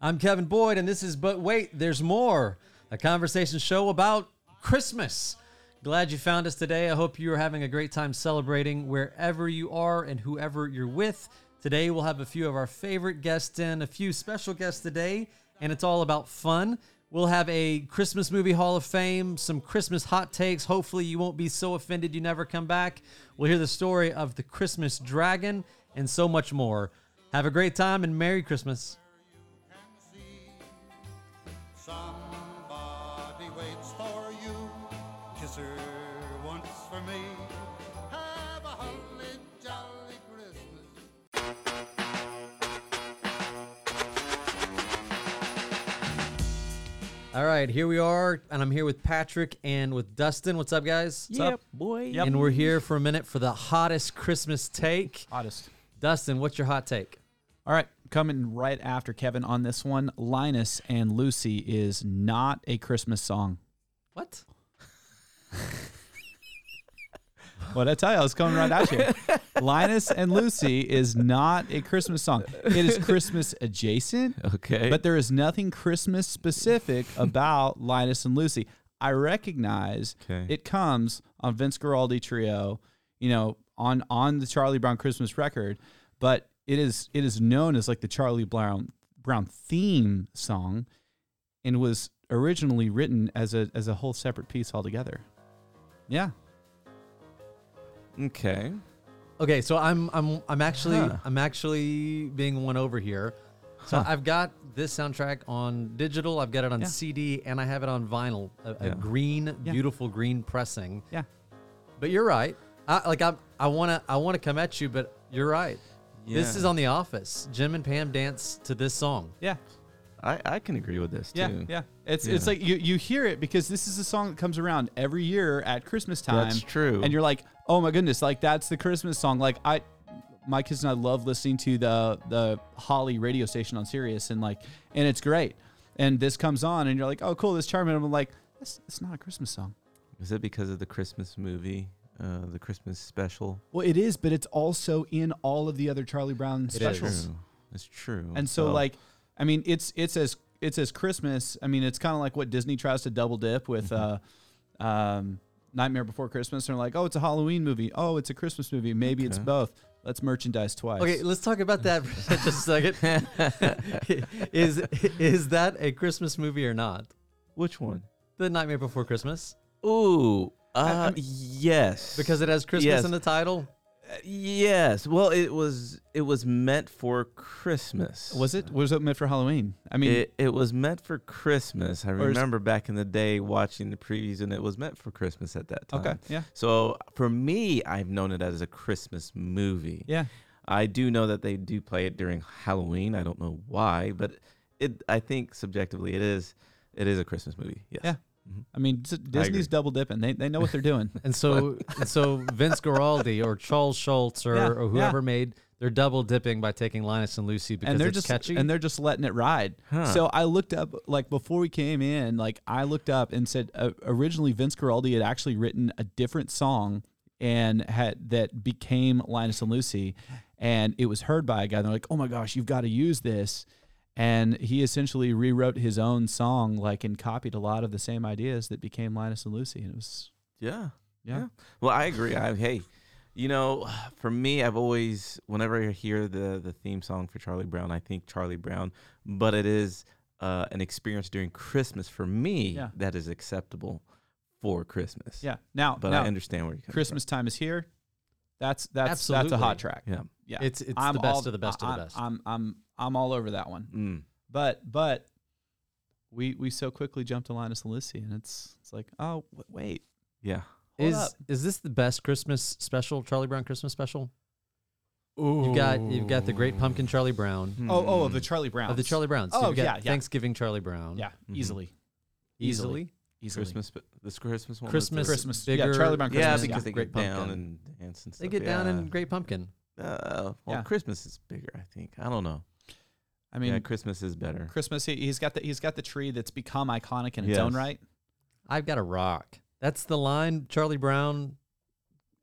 I'm Kevin Boyd, and this is But Wait, There's More, a conversation show about Christmas. Glad you found us today. I hope you are having a great time celebrating wherever you are and whoever you're with. Today, we'll have a few of our favorite guests in, a few special guests today, and it's all about fun. We'll have a Christmas movie Hall of Fame, some Christmas hot takes. Hopefully, you won't be so offended you never come back. We'll hear the story of the Christmas dragon and so much more. Have a great time and Merry Christmas. Somebody waits for you. Kiss her once for me. Have a holly jolly Christmas. All right, here we are, and I'm here with Patrick and with Dustin. What's up, guys? What's up? boy. And we're here for a minute for the hottest Christmas take. Hottest. Dustin, what's your hot take? All right, coming right after Kevin on this one. Linus and Lucy is not a Christmas song. What? What I tell you, I was coming right at you. Linus and Lucy is not a Christmas song. It is Christmas adjacent. Okay. But there is nothing Christmas specific about Linus and Lucy. I recognize Okay. it comes on Vince Guaraldi Trio, you know, on on the Charlie Brown Christmas record, but it is it is known as like the Charlie Brown Brown theme song and was originally written as a as a whole separate piece altogether. Yeah. okay. Okay, so I'm I'm I'm actually Huh. I'm actually being won over here. So I've got this soundtrack on digital, I've got it on Yeah. CD, and I have it on vinyl, a, a Yeah. green, Yeah. beautiful green pressing. Yeah. But you're right. I, like I I wanna I wanna come at you, but you're right. This Yeah. is on The Office. Jim and Pam dance to this song. Yeah. I, I can agree with this Yeah, too. yeah. It's it's Yeah. like you, you hear it because this is a song that comes around every year at Christmas time. That's true. And you're like, oh my goodness, like that's the Christmas song. Like I, my kids and I love listening to the the Holly radio station on Sirius, and like, and it's great. And this comes on, and you're like, oh cool, this charming. And I'm like, this it's not a Christmas song. Is it because of the Christmas movie, uh, the Christmas special? Well, it is, but it's also in all of the other Charlie Brown specials. True. It's true. And so, like, I mean, it's it's as it's as Christmas. I mean, it's kind of like what Disney tries to double dip with uh, um, Nightmare Before Christmas. They're like, oh, it's a Halloween movie. Oh, it's a Christmas movie. Maybe it's Okay. both. Let's merchandise twice. Okay, let's talk about that for just a second. is is that a Christmas movie or not? which one? The Nightmare Before Christmas Ooh. Uh, I- I'm- yes. because it has Christmas Yes. in the title. yes. Well, it was it was meant for Christmas. Was it was it meant for Halloween? I mean, It, it was meant for Christmas. I Or is- remember back in the day watching the previews, and it was meant for Christmas at that time. Okay, yeah. So for me, I've known it as a Christmas movie. yeah, I do know that they do play it during Halloween. I don't know why, but it. I think subjectively, it is. It is a Christmas movie. Yes. yeah. Mm-hmm. I mean, s- Disney's double dipping. They they know what they're doing. And so and so Vince Guaraldi or Charles Schultz or, Yeah, or yeah. whoever made they're double dipping by taking Linus and Lucy because and they're it's just catchy. and they're just letting it ride. Huh. So I looked up like before we came in, like I looked up and said uh, originally Vince Guaraldi had actually written a different song and had that became Linus and Lucy, and it was heard by a guy. And they're like, "Oh my gosh, you've got to use this." And he essentially rewrote his own song, like, and copied a lot of the same ideas that became Linus and Lucy. And it was, Yeah. Yeah. Well, I agree. I hey, you know, for me, I've always whenever I hear the the theme song for Charlie Brown, I think Charlie Brown, but it is uh, an experience during Christmas for me Yeah. that is acceptable for Christmas. yeah. Now, But now, I understand where you're coming Christmas time is here. That's that's that's a Absolutely. hot track. From. Yeah. Yeah, It's- it's the best of the best of the I'm- best. I'm I'm I'm all over that one. Mm. But but we we so quickly jumped to Linus and Lucy, and it's it's like oh w- wait, Yeah. hold is up. is this the best Christmas special, Charlie Brown Christmas special? You've got you've got the Great Pumpkin Charlie Brown oh oh of Mm. the Charlie Brown Mm. of the Charlie Browns. Oh, You've got yeah, yeah. Thanksgiving Charlie Brown. Mm-hmm. yeah Mhm. easily Easily. easily Christmas. This Christmas one. was Christmas, the- Christmas. bigger, Yeah, Charlie Brown Yeah, Christmas, because yeah. they Great get down Pumpkin. and dance and stuff. They get down yeah. in Great Pumpkin. Uh, well, Yeah. Christmas is bigger, I think. I don't know. I mean yeah, Christmas is better. Christmas he, he's got the he's got the tree that's become iconic in its own Yes. right. I've got a rock. That's the line. Charlie Brown,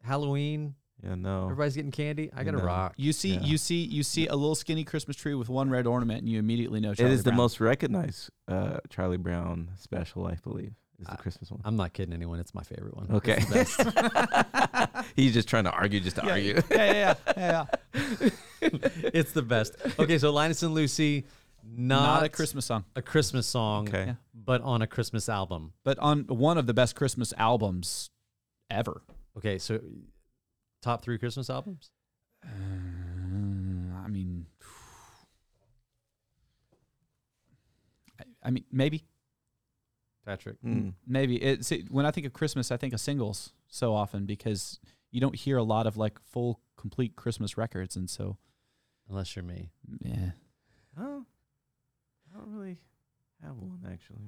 Halloween, Yeah, no. Everybody's getting candy. I gotta Oh. No. rock. You see, Yeah. you see, you see a little skinny Christmas tree with one red ornament, and you immediately know Charlie it is Brown. the most recognized uh, Charlie Brown special, I believe, is Uh, the I- Christmas one. I'm not kidding anyone. It's my favorite one. Okay. It's the best. He's just trying to argue, just to Yeah, argue. yeah, yeah, yeah, yeah. it's the best. Okay, so Linus and Lucy, not, Not a Christmas song, a Christmas song, Okay. Yeah. but on a Christmas album. but on one of the best Christmas albums ever. Okay, so top three Christmas albums. Mm, I mean, I, I mean, maybe, Patrick, Mm-hmm. Mm. maybe it's it, when I think of Christmas, I think of singles so often because you don't hear a lot of like full, complete Christmas records, and so unless you're me. yeah. Oh, I don't really have one, actually.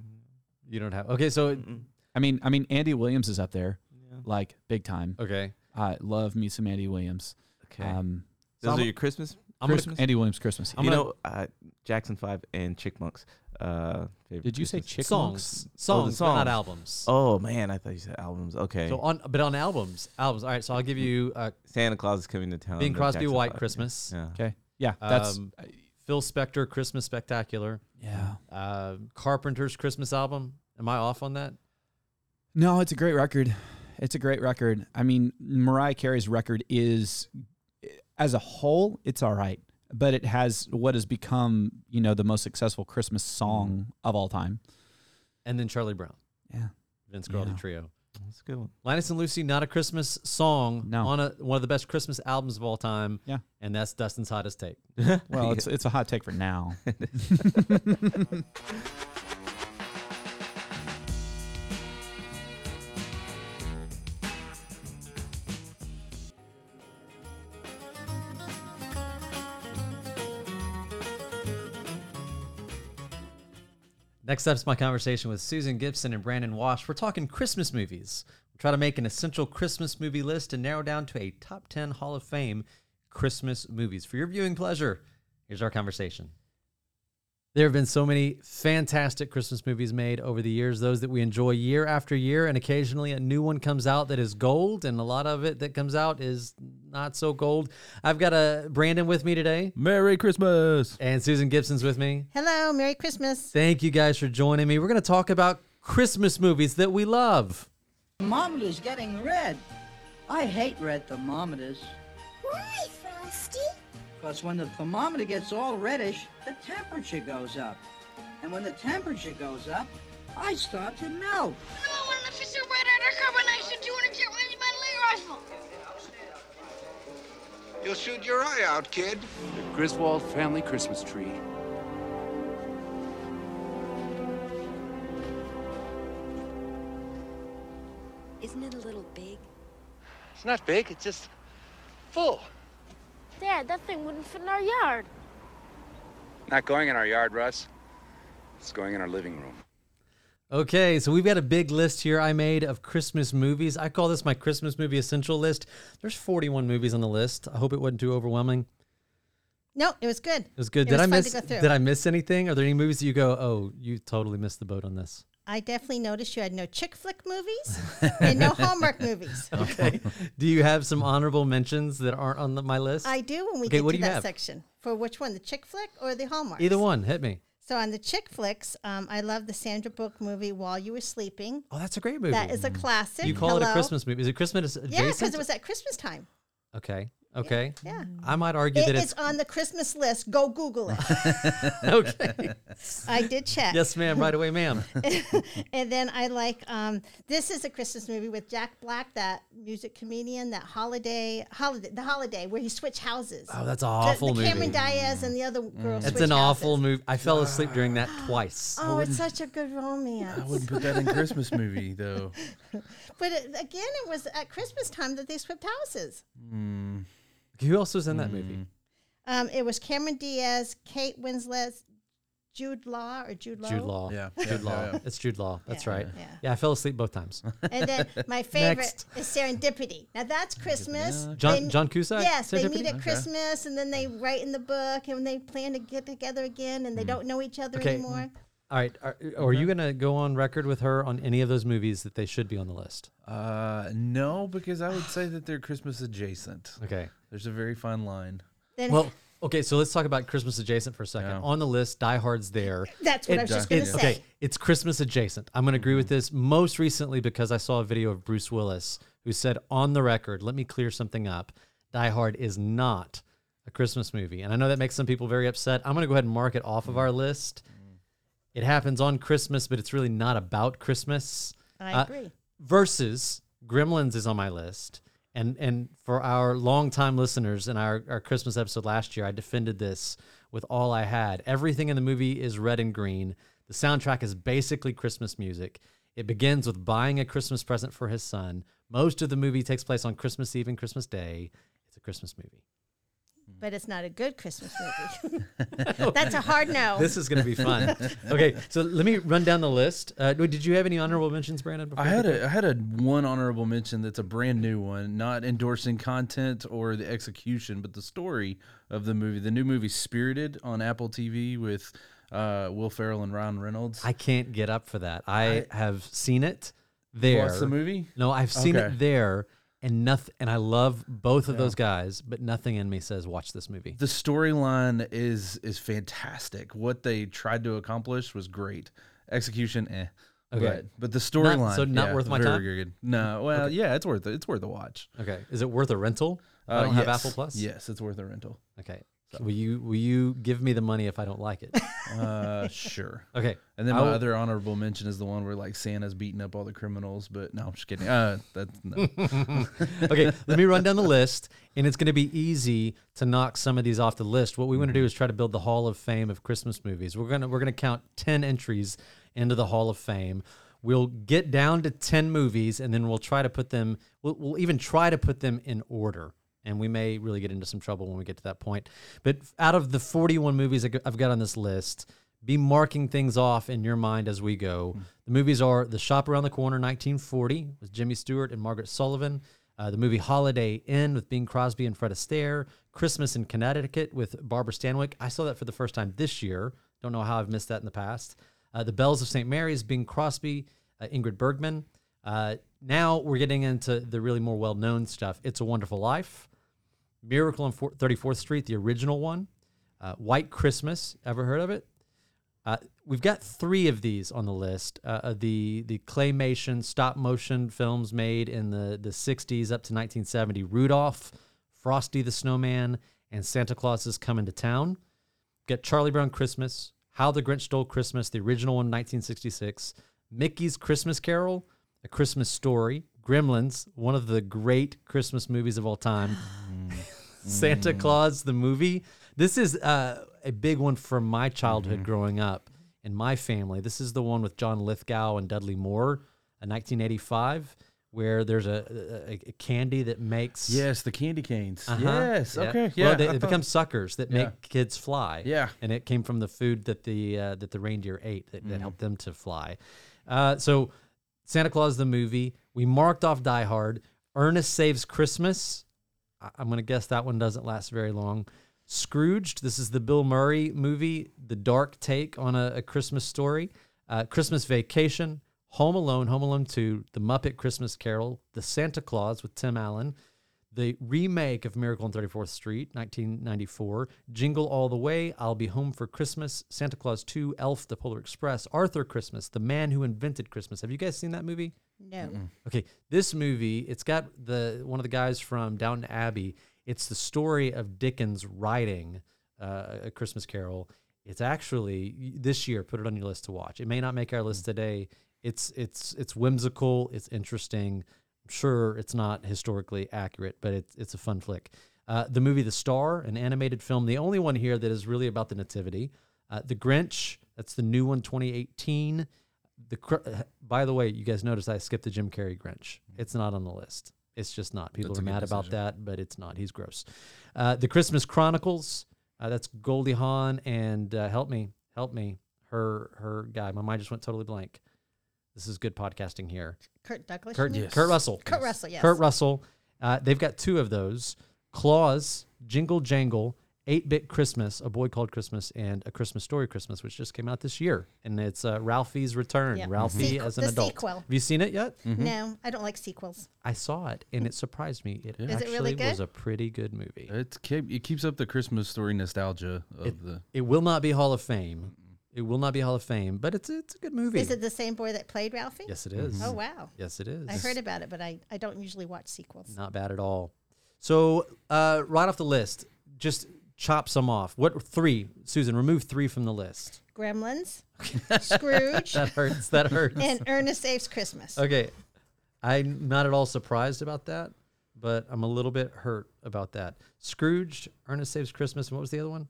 You don't have. Okay, so Mm-mm. I mean, I mean, Andy Williams is up there Yeah. like big time. okay, I love me some Andy Williams. Okay. Um, so Those I'm- are your Christmas? I'm gonna- Christmas? Andy Williams Christmas. I'm you gonna- know, uh, Jackson 5 and Chickmunks. Uh, favorite Did you say Christmas- Chick songs, songs, Oh, the but not songs. albums. Oh, man. I thought you said albums. Okay. So on, but on albums, albums. All right, so I'll give you uh, Santa Claus is coming to town. Bing the Crosby, Jackson White Five. Christmas. Yeah. Okay. Yeah. That's Um, Phil Spector, Christmas Spectacular, yeah. uh, Carpenter's Christmas album. Am I off on that? No, it's a great record. It's a great record. I mean, Mariah Carey's record is, as a whole, it's all right, but it has what has become, you know, the most successful Christmas song Mm-hmm. of all time. And then Charlie Brown, Yeah. Vince Guaraldi Yeah. Trio. That's a good one. Linus and Lucy, not a Christmas song No. on a, one of the best Christmas albums of all time. Yeah. And that's Dustin's hottest take. Well, it's it's a hot take for now. Next up's my conversation with Susan Gibson and Brandon Wash. We're talking Christmas movies. We'll try to make an essential Christmas movie list and narrow down to a top 10 Hall of Fame Christmas movies. For your viewing pleasure, here's our conversation. There have been so many fantastic Christmas movies made over the years, those that we enjoy year after year, and occasionally a new one comes out that is gold, and a lot of it that comes out is not so gold. I've got a Brandon with me today, Merry Christmas. and Susan Gibson's with me. Hello, Merry Christmas. Thank you guys for joining me. We're going to talk about Christmas movies that we love. Thermometer's getting red. I hate red thermometers. Why, Frosty? Because when the thermometer gets all reddish, the temperature goes up. And when the temperature goes up, I start to melt. Hello, I'm Officer Red Undercover, and I shoot 200 jet rounds by light rifle. You'll shoot your eye out, kid. The Griswold family Christmas tree. Isn't it a little big? It's not big, it's just full. Dad, that thing wouldn't fit in our yard. Not going in our yard, Russ. It's going in our living room. Okay, so we've got a big list here I made of Christmas movies. I call this my Christmas movie essential list. There's 41 movies on the list. I hope it wasn't too overwhelming. No, it was good. It was good. did It was I fun miss to go through. did I miss anything? Are there any movies that you go, "Oh, you totally missed the boat on this?" I definitely noticed you had no chick flick movies and no Hallmark movies. Okay. Do you have some honorable mentions that aren't on the, my list? I do when we Okay, get what to do you that have? section. For which one, the chick flick or the Hallmark? Either one, hit me. So on the chick flicks, um, I love the Sandra Bullock movie While You Were Sleeping. Oh, that's a great movie. That is a classic. you call it a Hello. Christmas movie. Is it Christmas adjacent? Yeah, because it was at Christmas time. Okay. Okay. yeah. I might argue that it it's is on the Christmas list. Go Google it. okay. I did check. Yes, ma'am. Right away, ma'am. And then I like um, this is a Christmas movie with Jack Black, that music comedian, that holiday holiday the holiday where he switch houses. Oh, that's an The- awful the, movie. Mm. Cameron Diaz and the other girl. It's switch an awful houses. movie. I fell asleep during that twice. Oh, it's such a good romance. I wouldn't put that in Christmas movie though. But it, again, it was at Christmas time that they swept houses. Who else was in that movie? Um, it was Cameron Diaz, Kate Winslet, Jude Law or Jude Law. Jude Law. Yeah, Jude yeah, Law. yeah, yeah. It's Jude Law. That's Mm. Yeah, right. Yeah. yeah. I fell asleep both times. And then my favorite Next. is Serendipity. Now that's Christmas. John They- John Cusack. Yes, they Serendipity? meet at Mm-hmm. Christmas and then they write in the book and they plan to get together again and they don't know each other Okay. mm. anymore. All right. Are, are Mm-hmm. you going to go on record with her on any of those movies that they should be on the list? Uh, no, because I would say that they're Christmas adjacent. Okay. There's a very fine line. Then Well, okay. So let's talk about Christmas adjacent for a second. Yeah. On the list, Die Hard's there. that's what I was just going to say. Okay, it's Christmas adjacent. I'm going to agree with this most recently because I saw a video of Bruce Willis who said on the record, "Let me clear something up. Die Hard is not a Christmas movie." And I know that makes some people very upset. I'm going to go ahead and mark it off of our list. It happens on Christmas, but it's really not about Christmas. I Uh, agree. versus Gremlins is on my list. And and for our longtime listeners in our, our Christmas episode last year, I defended this with all I had. Everything in the movie is red and green. The soundtrack is basically Christmas music. It begins with buying a Christmas present for his son. Most of the movie takes place on Christmas Eve and Christmas Day. It's a Christmas movie. but it's not a good Christmas movie. that's a hard no. This is going to be fun. okay, so let me run down the list. Uh, did you have any honorable mentions, Brandon? Before I had a I had a one honorable mention that's a brand new one, not endorsing content or the execution, but the story of the movie. The new movie Spirited on Apple TV with uh, Will Ferrell and Ryan Reynolds. I can't get up for that. I, have seen it there. watched the movie? No, I've seen Okay. it there, and nothing. And I love both of those guys, but nothing in me says watch this movie. the storyline is is fantastic. What they tried to accomplish was great. Execution, eh. Okay. But, but the storyline, so not yeah, worth my very time? Good. No, well, yeah, it's worth it. It's worth a watch. Okay, is it worth a rental? I Uh, don't have yes. Apple Plus. Yes, it's worth a rental. Okay. Will you will you give me the money if I don't like it? Uh, sure. Okay. And then I my will- other honorable mention is the one where like Santa's beating up all the criminals, but no, I'm just kidding. Uh, that no. okay, let me run down the list, and it's going to be easy to knock some of these off the list. What we want to do is try to build the Hall of Fame of Christmas movies. We're gonna we're gonna count ten entries into the Hall of Fame. We'll get down to ten movies, and then we'll try to put them. We'll, we'll even try to put them in order, and we may really get into some trouble when we get to that point. But out of the forty-one movies I g- I've got on this list. Be marking things off in your mind as we go. The movies are The Shop Around the Corner, 1940, with Jimmy Stewart and Margaret Sullivan. Uh, the movie Holiday Inn with Bing Crosby and Fred Astaire, Christmas in Connecticut with Barbara Stanwyck. I saw that for the first time this year. Don't know how I've missed that in the past. Uh, the Bells of St. Mary's, Bing Crosby, uh, Ingrid Bergman. Uh, now we're getting into the really more well known stuff. It's a Wonderful Life, Miracle on Four- 34th Street, the original one, uh, White Christmas. Ever heard of it? Uh, we've got three of these on the list. Uh, uh, the the claymation stop motion films made in the the 60s up to 1970: Rudolph, Frosty the Snowman, and Santa Claus is Coming to Town. Got Charlie Brown Christmas, How the Grinch Stole Christmas, the original one, 1966, Mickey's Christmas Carol, A Christmas Story, Gremlins, one of the great Christmas movies of all time. Santa Claus the movie. This is uh, a big one from my childhood growing up in my family. This is the one with John Lithgow and Dudley Moore, in 1985, where there's a, a, a candy that makes yes, the candy canes. uh-huh. Yes. Yeah. Okay. Yeah. Well, they, I they thought- become suckers that Yeah. make kids fly. Yeah. And it came from the food that the uh, that the reindeer ate that, Mm. that helped them to fly. Uh, so Santa Claus the movie. We marked off Die Hard. Ernest Saves Christmas. I- I'm gonna guess that one doesn't last very long. Scrooged. This is the Bill Murray movie. The dark take on a, a Christmas story. Uh, Christmas Vacation. Home Alone. Home Alone Two. The Muppet Christmas Carol. The Santa Claus with Tim Allen the remake of Miracle on 34th Street, 1994, Jingle All the Way, I'll Be Home for Christmas, Santa Claus 2, Elf, The Polar Express, Arthur Christmas, The Man Who Invented Christmas. Have you guys seen that movie? no. Okay, this movie, it's got the one of the guys from Downton Abbey. It's the story of Dickens writing uh, a Christmas Carol. It's actually this year. Put it on your list to watch. It may not make our list today. It's it's it's whimsical. It's interesting. I'm sure it's not historically accurate, but it's it's a fun flick. Uh, the movie The Star, an animated film, the only one here that is really about the Nativity. Uh, the Grinch, that's the new one, 2018 the cr- uh, by the way, you guys noticed I skipped the Jim Carrey Grinch. It's not on the list. It's just not. People are mad about that, but it's not. He's gross. Uh, the Christmas Chronicles. Uh, that's Goldie Hawn and uh, help me, help me. Her her guy. My mind just went totally blank. This is good podcasting here. Kurt Douglas. Kurt, movie? Kurt Russell. Kurt Russell, yes. Kurt Russell. Uh, they've got two of those. Claws, Jingle Jangle, 8 Bit Christmas, A Boy Called Christmas, and A Christmas Story Christmas, which just came out this year. And it's uh, Ralphie's Return, Yep. Ralphie Sequ- as an the adult. sequel. Have you seen it yet? Mm-hmm. No, I don't like sequels. I saw it and it surprised me. It Is it actually really was good? a pretty good movie. It keep, it keeps up the Christmas story nostalgia of the. It will not be Hall of Fame. It will not be Hall of Fame, but it's it's a good movie. Is it the same boy that played Ralphie? yes, it is. Oh wow. Yes, it is. I heard about it, but I, I don't usually watch Mm. sequels. Not bad at all. So, uh, right off the list, just chop some off. What three, Susan? Remove three from the list. Gremlins, Scrooge, That hurts. That hurts. and Ernest Saves Christmas. okay, I'm not at all surprised about that, but I'm a little bit hurt about that. Scrooge, Ernest Saves Christmas, and what was the other one?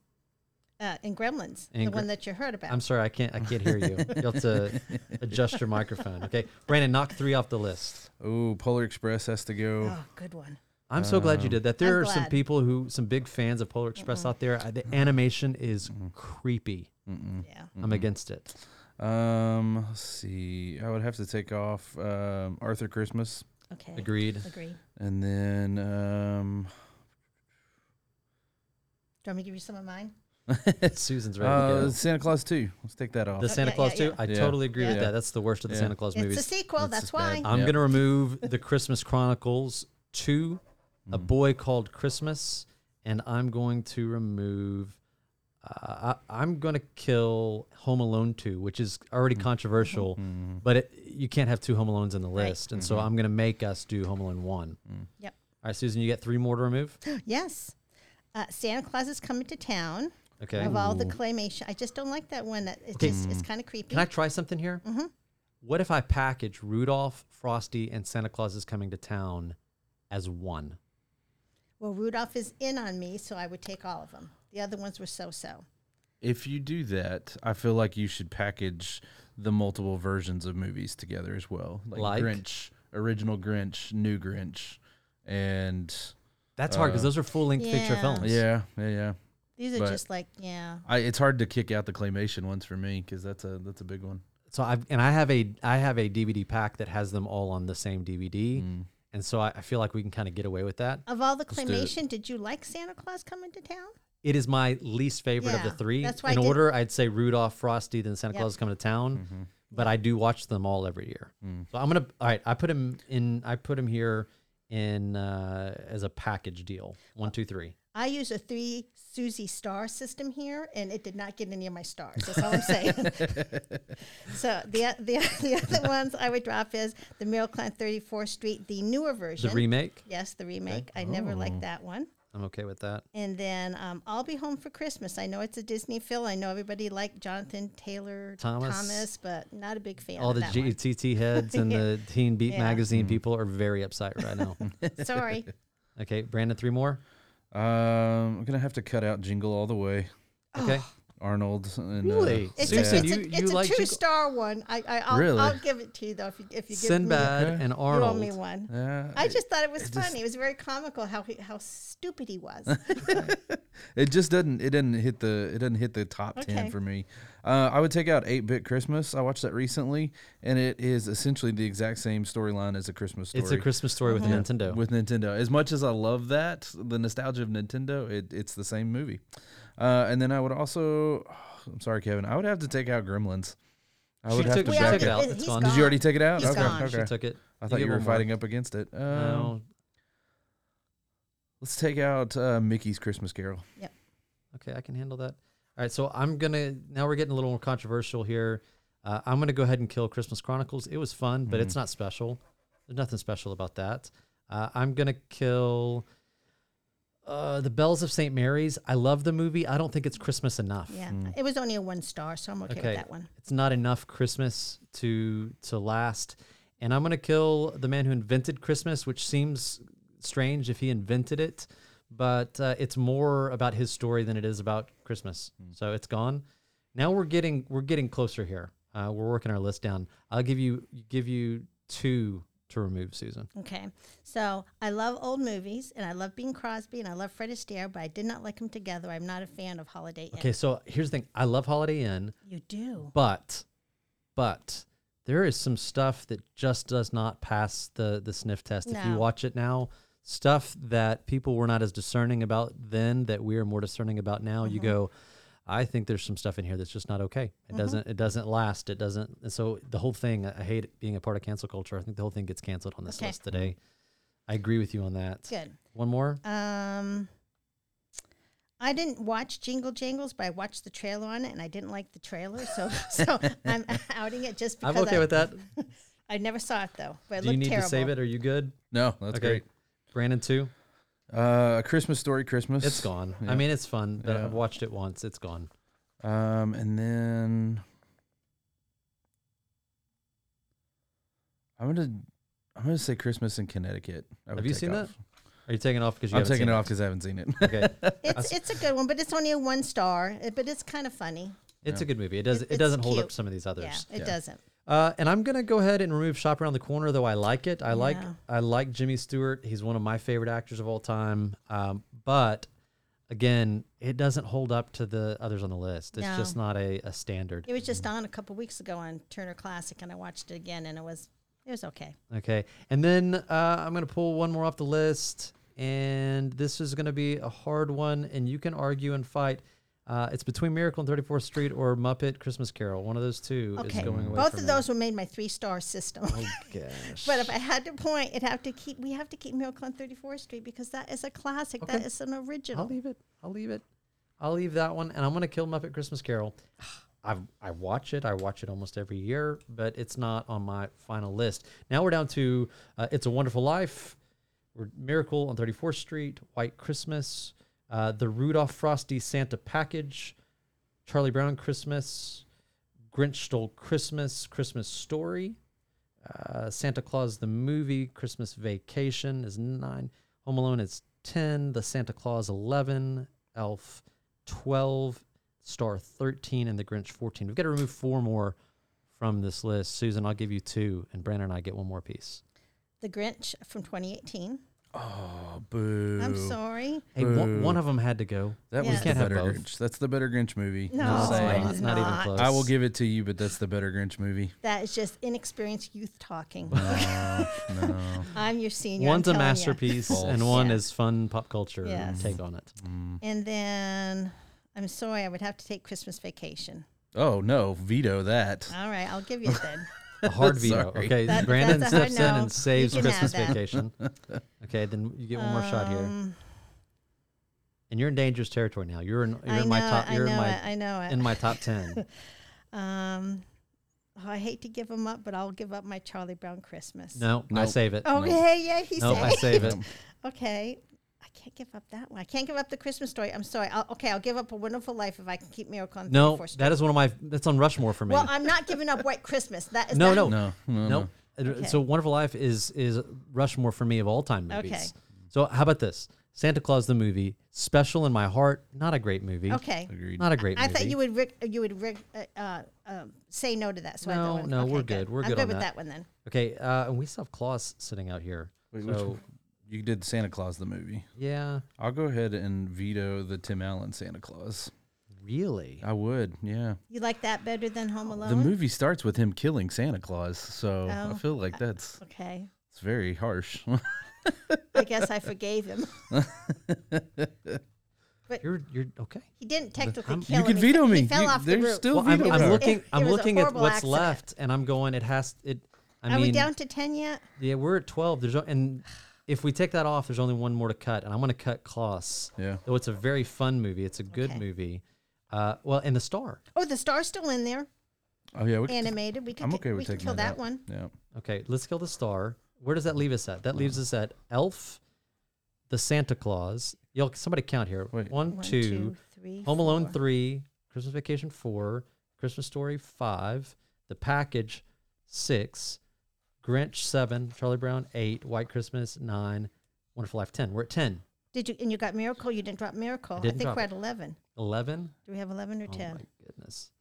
Uh, and Gremlins, And the Gre- one that you heard about. I'm sorry, I can't. I can't hear you. You'll have to adjust your microphone. Okay, Brandon, knock three off the list. Oh, Polar Express has to go. oh, good one. I'm so glad you did that. There I'm are some glad. people who, some big fans of Polar Express out there. I, the animation is creepy. Yeah. I'm against it. Um, let's see. I would have to take off um, Arthur Christmas, Okay. Agreed. Agree. Do you and then um, want me to give you some of mine? Susan's ready to uh, go. Santa Claus Two. Let's take that off. The Santa yeah, Claus yeah. too. I Oh, Yeah. totally agree with Yeah. that. That's the worst of the Yeah. Santa Claus movies. It's a sequel. That's, just why. bad. I'm Yep. gonna remove the Christmas Chronicles two, A Boy Called Christmas, and I'm going to remove. Uh, I, I'm gonna kill Home Alone two, which is already controversial, but it, you can't have two Home Alones in the Right. list, and so I'm gonna make us do Home Alone one. Yep. All right, Susan, you get three more to remove. Yes. Uh, Santa Claus is coming to town. Okay. Of all the claymation, I just don't like that one. That it's Okay. Mm. just it's kind of creepy. Can I try something here? Mm-hmm. What if I package Rudolph, Frosty, and Santa Claus is coming to town as one? well, Rudolph is in on me, so I would take all of them. The other ones were so-so. If you do that, I feel like you should package the multiple versions of movies together as well, like, Like? Grinch, original Grinch, new Grinch, and That's hard because those are full length feature Yeah. films. yeah, yeah, yeah. These are But- just like yeah. I, it's hard to kick out the claymation ones for me because that's a that's a big one. So I've and I have a I have a DVD pack that has them all on the same DVD, and so I, I feel like we can kind of get away with that. Of all the do it. claymation, did you like Santa Claus coming to town? It is my least favorite of the Yeah, three. that's why I In did- order, I'd say Rudolph, Frosty, then Santa Yep. Claus coming to town. But I do watch them all every year. So I'm gonna. All right, I put him in. I put him here in uh, as a package deal. One, two, three. I use a three Susie star system here, and it did not get any of my stars. That's all I'm saying. so the, the the other ones I would drop is the Miracle on 34th Street, the newer version. The remake. Oh. yes, the remake. I never liked that one. I'm okay with that. And then um, I'll be home for Christmas. I know it's a Disney film. I know everybody liked Jonathan Taylor Thomas. Thomas, but not a big fan. All of the that one. GTT heads and the Teen Beat Yeah. Hmm. magazine people are very upset right now. Sorry, okay, Brandon, three more. Um, I'm gonna have to cut out Jingle all the way, Oh, Okay. Arnold. And, uh, Really? it's yeah. a, Susan, it's a, you- it's you a like two Jingle- star one. I, I I'll, Really? I'll give it to you though if you if you give me. Sinbad and You Arnold. owe me one. Yeah, I just thought it was funny. It was very comical how he, how stupid he was. It just doesn't. It doesn't hit the. It doesn't hit the top ten Okay. for me. Uh, I would take out Eight Bit Christmas. I watched that recently, and it is essentially the exact same storyline as a Christmas story. It's a Christmas story with a Mm-hmm. Nintendo. with Nintendo. As much as I love that, the nostalgia of Nintendo, it, it's the same movie. Uh, and then I would also. I'm sorry, Kevin. I would have to take out Gremlins. I She would have took- to we back already- it out. It's He's gone. Did you already take it out? He's okay. gone. Okay. she took it. I thought you, were fighting up against it. Um, No. Let's take out uh, Mickey's Christmas Carol. Okay, I can handle that. All right, so I'm gonna. Now we're getting a little more controversial here. Uh, I'm gonna go ahead and kill Christmas Chronicles. It was fun, but it's not special. There's nothing special about that. Uh, I'm gonna kill. Uh, the Bells of St. Mary's. I love the movie. I don't think it's Christmas enough. yeah, it was only a one star, so I'm okay, with that one. It's not enough Christmas to to last. And I'm gonna kill the man who invented Christmas, which seems strange if he invented it, but uh, it's more about his story than it is about Christmas. So it's gone. Now we're getting we're getting closer here. Uh, we're working our list down. I'll give you give you two to remove, Susan. Okay, so I love old movies, and I love Bing Crosby, and I love Fred Astaire, but I did not like them together. I'm not a fan of Holiday Inn. Okay, so here's the thing. I love Holiday Inn. You do. but but there is some stuff that just does not pass the the sniff test if you No. watch it now stuff that people were not as discerning about then that we are more discerning about now. You Mm-hmm. go, I think there's some stuff in here that's just not okay. It doesn't it doesn't last. It doesn't. And so the whole thing, I I hate it being a part of cancel culture. I think the whole thing gets canceled on this Okay. list today. I agree with you on that. Good. One more. Um, I didn't watch Jingle Jangles, but I watched the trailer on it, and I didn't like the trailer, so so I'm outing it just because I'm okay I, with that. I never saw it though, but it Do you looked need terrible. to save it? Are you good? No, that's great. Brandon too. Uh, A Christmas Story, Christmas. It's gone. I Yeah. mean, it's fun. But Yeah. I've watched it once. It's gone. Um, and then I'm gonna I'm gonna say Christmas in Connecticut. I would Have you take seen off. Are you taking it off because you I'm haven't taking seen it off because I haven't seen it. Okay. It's it's a good one, but it's only a one star. uh, But it's kind of funny. It's a good movie. It does. It- It, it's doesn't hold up cute. some of these others. Yeah, it doesn't. Uh, and I'm gonna go ahead and remove Shop Around the Corner, though I like it. I like Yeah. I like Jimmy Stewart. He's one of my favorite actors of all time. Um, but again, it doesn't hold up to the others on the list. It's No. just not a, a standard. It was just Mm-hmm. on a couple weeks ago on Turner Classic, and I watched it again, and it was it was okay. Okay. And then uh, I'm gonna pull one more off the list, and this is gonna be a hard one, and you can argue and fight. Uh, it's between Miracle and 34th Street or Muppet Christmas Carol. One of those two Okay, is going away. both for of me. Oh, those were made my three star system. Gosh. But if I had to point, it have to keep. We have to keep Miracle on Thirty Fourth Street because that is a classic. That is an I'll original. leave it. I'll leave it. I'll leave that one, and I'm gonna kill Muppet Christmas Carol. I I watch it. I watch it almost every year, but it's not on my final list. Now we're down to uh, It's a Wonderful Life, we're Miracle on 34th Street, White Christmas, uh, the Rudolph Frosty Santa Package, Charlie Brown Christmas, Grinch Stole Christmas, Christmas Story, uh, Santa Claus the Movie, Christmas Vacation is nine, Home Alone is 10, The Santa Claus 11, Elf 12, Star 13, and The Grinch 14. We've got to remove four more from this list. Susan, I'll give you two, and Brandon and I get one more piece. The Grinch from 2018. oh, boo! I'm sorry. Hey, one, one of them had to go. That was Yes. the Can't have better both. Grinch. That's the better Grinch movie. No, Just it's saying. not. It's not even not. close. I will give it to you, but that's the better Grinch movie. That is just inexperienced youth talking. No, no. I'm your senior. I'm One's a telling ya. masterpiece, and False. one Yeah. is fun pop culture Yes. take on it. And then I'm sorry, I would have to take Christmas Vacation. Oh no, veto that. All right, I'll give you it then. A hard veto. Sorry. Okay, That- Brandon that's a hard steps in no. You and saves can have Christmas that. Vacation. Okay, then you get one more shot here, Um, and you're in dangerous territory now. You're in, you're I in my know top. it, You're I know in my it. I know it. in my top ten. um, oh, I hate to give them up, but I'll give up my Charlie Brown Christmas. No, I Nope. save it. Okay, yeah, he Nope, I said. save it. Okay. I can't give up that one. I can't give up the Christmas story. I'm sorry. I'll, okay, I'll give up a wonderful life if I can keep Miracle on No, 34th Street. that is one of my. That's on Rushmore for me. well, I'm not giving up White Christmas. That is no, no, not- no, No, no, no. Uh, So Wonderful Life is is Rushmore for me of all time movies. Okay. So how about this? Santa Claus the movie, special in my heart. Not a great movie. Okay. Agreed. Not a great I movie. thought you would rig- you would rig- uh, uh, um, say no to that. So I No, don't wanna- no, okay, we're good. We're I'm good good on with that. that. one then. Okay, uh, and we still have Claus sitting out here. Wait, which so one? You did Santa Claus the movie. yeah, I'll go ahead and veto the Tim Allen Santa Claus. really. I would, yeah. You like that better than Home Alone? The movie starts with him killing Santa Claus, so Oh, I feel like that's Okay. it's very harsh. I guess I forgave him. You're you're okay. He didn't technically I'm- kill you him. can He veto fe- me. He fell You- off the there's roof. still Well, I'm, veto I'm there. looking. It I'm was a looking at horrible what's accident. left, and I'm going. It has. It. I Are mean, we down to 10 yet? yeah, we're at twelve. There's o- and if we take that off, there's only one more to cut, and I'm going to cut Klaus. Yeah. Though it's a very fun movie. It's a good Okay. movie. Uh, well, and the star. Oh, the star's still in there. Oh yeah, we could- Animated. We can, I'm okay we with can taking kill that, that out. one. Yeah. Okay, let's kill the star. Where does that leave us at? That leaves us at Elf, the Santa Claus. Y'all, somebody count here. Wait. One, One, two, two, three, Home Alone four. three, Christmas Vacation four, Christmas Story five, The Package six, Grinch seven, Charlie Brown eight, White Christmas nine, Wonderful Life ten. We're at 10. Did you and you got Miracle? You didn't drop Miracle. I, didn't think drop we're it. at eleven. 11. Do we have eleven or Oh ten? my goodness.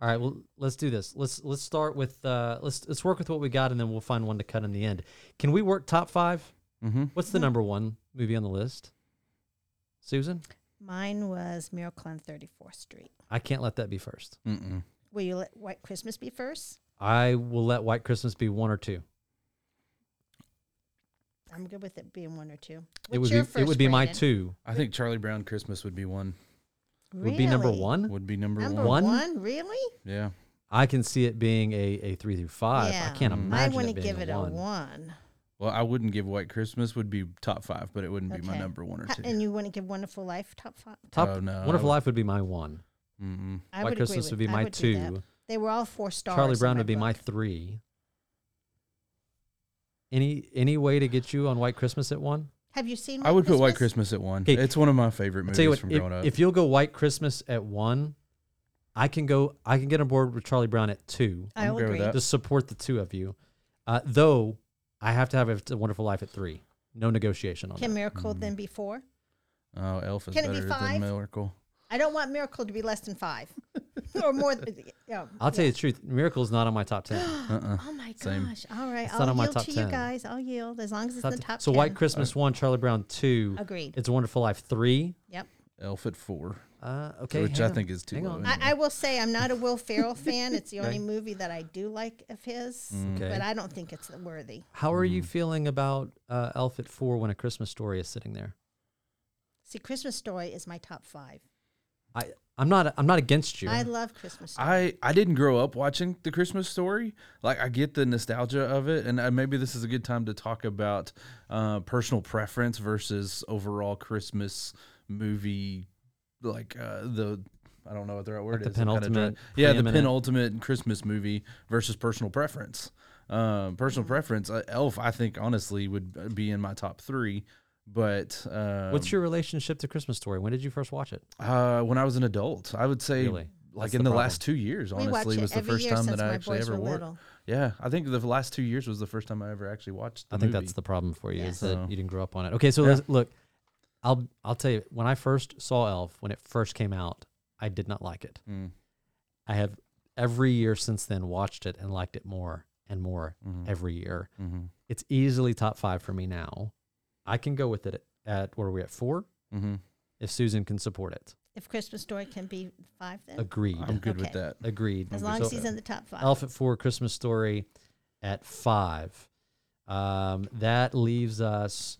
All right, well, let's do this. Let's let's start with uh let's let's work with what we got and then we'll find one to cut in the end. Can we work top 5? Mm-hmm. What's the number one movie on the list? Susan? Mine was Miracle on Thirty Fourth Street. I can't let that be first. Mm-mm. Will you let White Christmas be first? I will let White Christmas be one or two. I'm good with it being one or two. It would What's your be it would first, be my Brandon? two. I think Charlie Brown Christmas would be one. Would be number Really? one. Would be number, Number one. one? one, really? Yeah. I can see it being a, a three through five. I can't I imagine. wouldn't it being give it a one. one. Well, I wouldn't give White Christmas would be top five, but it wouldn't be my Okay. number one or Uh, two. And you wouldn't give Wonderful Life top five. Top Oh, no, I Wonderful would- Life would be my one. Mm-mm. I White would agree Christmas with- would be I my do that. two. They were all four stars. Charlie in Brown would be my book. three. Any any way to get you on White Christmas at one? Have you seen? I would put White Christmas at one. Okay. It's one of my favorite I'll movies tell you what, from if, growing up. if you'll go White Christmas at one, I can go I can get on board with Charlie Brown at two. I'll okay with agree. that. to support the two of you. Uh, though I have to have a Wonderful Life at three. No negotiation on Can that. Miracle then be four? oh, Elf is Can it be better than five? Miracle. I don't want Miracle to be less than five or more. Than, yeah. I'll tell you the truth. Miracle's not on my top ten. Uh-uh. Oh my Same. gosh! All right, It's not I'll on my yield top to 10. you guys. I'll yield as long as it's in the top. so 10. White Uh, Christmas one, Charlie Brown two. Agreed. It's a Wonderful Life three. Yep. Elf at four. Uh, okay, Which hang I on, think is too hang low on. anyway. I, I will say I'm not a Will Ferrell fan. It's the Okay. only movie that I do like of his, Mm. Okay. but I don't think it's worthy. How are Mm-hmm. you feeling about uh, Elf at four when a Christmas story is sitting there? See, Christmas Story is my top five. I I'm not I'm not against you. Um, I love Christmas Story. I, I didn't grow up watching the Christmas story. Like I get the nostalgia of it, and uh maybe this is a good time to talk about uh, personal preference versus overall Christmas movie. Like uh, the I don't know what the right word the is. I'm kinda penultimate, trying- yeah, the preeminent. penultimate Christmas movie versus personal preference. Um, Mm-hmm. personal preference, uh, Elf, I think honestly would uh, be in my top three. But uh, What's your relationship to Christmas Story? When did you first watch it? uh, when I was an adult, I would say Really? like That's in the the, problem. last two years, we watch honestly, it was the every first year time since that I my actually boys ever were wore. it. little. Yeah, I think the last two years was the first time I ever actually watched. The I think movie. that's the problem for you is Yeah. that So- you didn't grow up on it. Okay, so Yeah. let's look, I'll I'll tell you when I first saw Elf when it first came out, I did not like it. Mm. I have every year since then watched it and liked it more and more every year. Mm-hmm. It's easily top five for me now. I can go with it at, at what are we at four? Mm-hmm. If Susan can support it, If Christmas Story can be five, then agreed. I'm good with Okay. that. Agreed. as long So- as he's in the top five. Oh, Elf at four, Christmas Story at five. Um, that leaves us.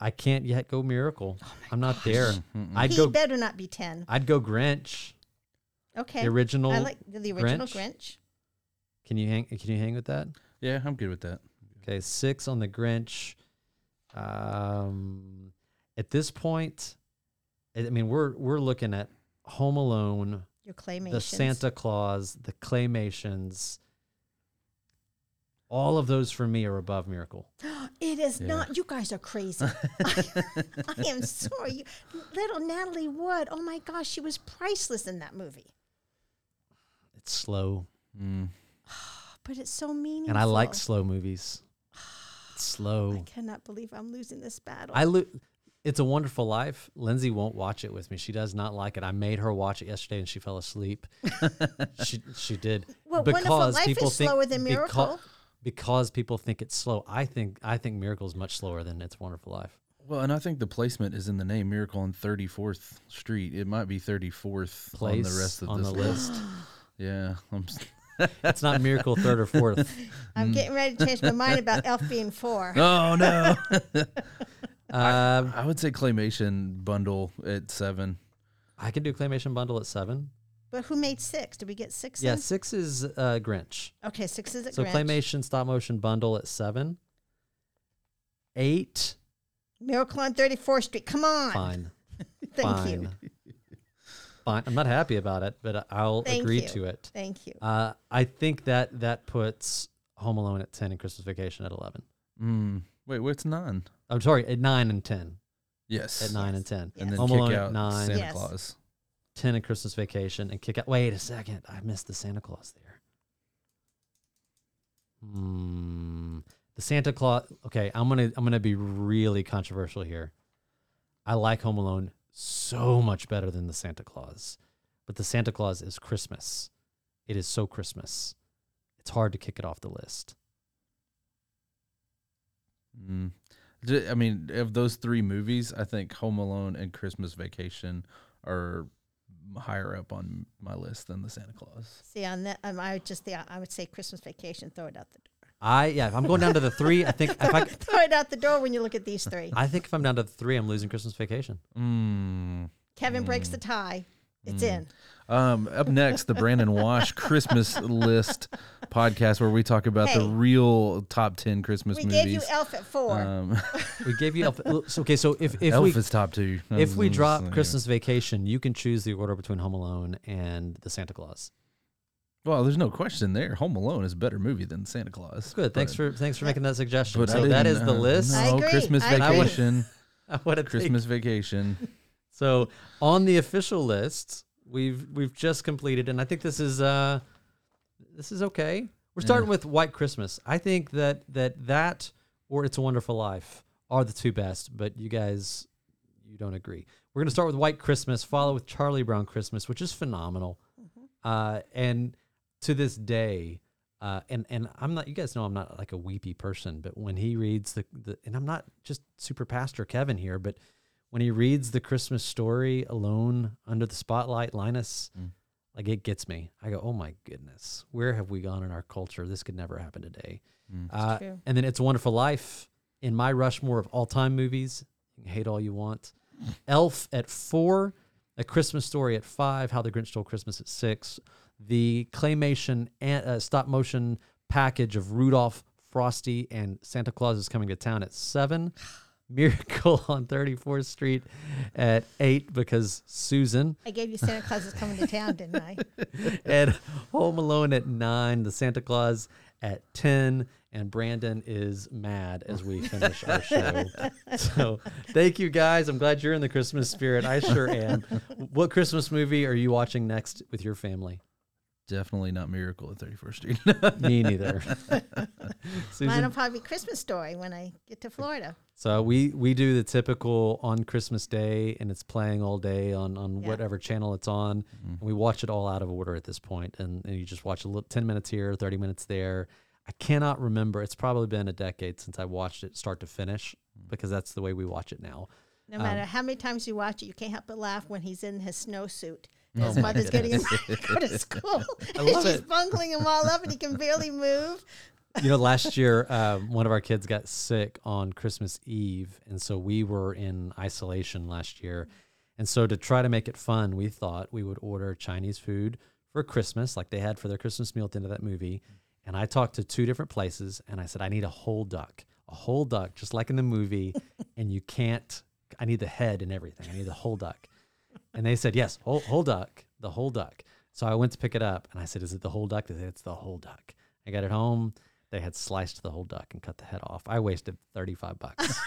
I can't yet go Miracle. I'm not there. I'd he go. better not be ten. I'd go Grinch. Okay. The original. I like the original Grinch? Grinch. Can you hang? Can you hang with that? Yeah, I'm good with that. Okay, six on the Grinch. Um, at this point, I I mean, we're we're looking at Home Alone, Your claymations. the Santa Claus, the Claymations. All of those for me are above Miracle. It is Yeah. not. You guys are crazy. I, am sorry. You, little Natalie Wood. Oh my gosh, she was priceless in that movie. It's slow, Mm. But it's so meaningful. and I like slow movies. It's I slow. cannot believe I'm losing this battle. I lo- It's a Wonderful Life. Lindsay won't watch it with me. She does not like it. I made her watch it yesterday, and she fell asleep. she she did Well, Wonderful Life is slower than beca- Miracle. because people think it's slow. I think I think Miracle is much slower than It's a Wonderful Life. Well, and I think the placement is in the name Miracle on 34th Street. It might be 34th on Place the rest of on this the list. Yeah, I'm s- it's not Miracle third or fourth. I'm Mm. getting ready to change my mind about Elf being four. oh no, Um, I would say claymation bundle at seven. I can do Claymation Bundle at seven. But who made six? Did we get six? Yeah, in? six is uh, Grinch. Okay, six is it? So Grinch. Claymation Stop Motion Bundle at seven. Eight, Miracle on 34th Street. Come on. fine. Thank you. fine. Fine. I'm not happy about it, but I'll Thank agree you. to it. Thank you. Uh, I think that that puts Home Alone at 10 and Christmas Vacation at 11. Mm. Wait, what's nine? I'm sorry, at 9 and 10. Yes, At 9 and 10. and then Home kick Alone out at 9, Santa Yes. Claus. 10 and Christmas Vacation, and kick out. Wait a second. I missed the Santa Claus there. Hmm. The Santa Claus. Okay, I'm gonna I'm gonna be really controversial here. I like Home Alone so much better than the Santa Claus, but the Santa Claus is Christmas. It is so Christmas. It's hard to kick it off the list. Mm. Ju- I mean, of those three movies, I think Home Alone and Christmas Vacation are higher up on my list than the Santa Claus. See, on that, um, I would just, the, I would say Christmas vacation, throw it out the door. I yeah, if I'm going down to the three, I think if I Throw it out the door when you look at these three. I think if I'm down to the three, I'm losing Christmas vacation. Mm. Kevin breaks Mm. the tie. It's in. Um, up next, the Brandon Wash Christmas List podcast, where we talk about the Hey. real top ten Christmas We movies. gave you Elf at four. Uh. um, We gave you Elf. so- okay, so if if Elf we is top two. Um, if we drop Anyway. Christmas vacation, you can choose the order between Home Alone and the Santa Claus. well, there's no question there. Home Alone is a better movie than Santa Claus. Good. Thanks But- for thanks for making that suggestion. but I so that didn't, is the uh, list. I No, agree, Christmas I agree. Vacation. What a Christmas. Christmas Vacation. So on the official list, we've we've just completed, and I think this is uh this is okay. We're starting with White Christmas. I think that that that or It's a Wonderful Life are the two best, but you guys you don't agree. We're gonna start with White Christmas, follow with Charlie Brown Christmas, which is phenomenal. Uh, and to this day, uh, and and I'm not. You guys know I'm not like a weepy person, but when he reads the, the and I'm not just super pastor Kevin here, but when he reads the Christmas story alone under the spotlight, Linus, like it gets me. I go, oh my goodness, where have we gone in our culture? This could never happen today. Uh, true. and then it's a Wonderful Life in my Rushmore of all time movies. You can hate all you want. Elf at four, A Christmas Story at five, How the Grinch Stole Christmas at six, the claymation and uh, stop motion package of Rudolph, Frosty, and Santa Claus is Coming to Town at seven, Miracle on 34th Street at eight because Susan, I gave you Santa Claus is coming to town, didn't I? and Home Alone at nine, the Santa Claus at 10. And Brandon is mad as we finish our show. So, thank you guys. I'm glad you're in the Christmas spirit. I sure am. What Christmas movie are you watching next with your family? Definitely not Miracle at 31st Street. Me neither. Mine will Susan. probably be Christmas story when I get to Florida. So we we do the typical on Christmas Day, and it's playing all day on on Yeah. whatever channel it's on. And we watch it all out of order at this point, and, and you just watch a little ten minutes here, thirty minutes there. I cannot remember. It's probably been a decade since I watched it start to finish because that's the way we watch it now. No matter Um, how many times you watch it, you can't help but laugh when he's in his snowsuit. and Oh His mother's getting him ready to go to school. and love she's it. bungling him all up and he can barely move. you know, last year um, one of our kids got sick on Christmas Eve, and so we were in isolation last year. And so to try to make it fun, we thought we would order Chinese food for Christmas, like they had for their Christmas meal at the end of that movie. And I talked to two different places, and I said, "I need a whole duck, a whole duck, just like in the movie, and you can't. I need the head and everything. I need the whole duck." And they said, yes, whole, whole duck, the whole duck. So I went to pick it up and I said, is it the whole duck? They said, it's the whole duck. I got it home. They had sliced the whole duck and cut the head off. I wasted 35 bucks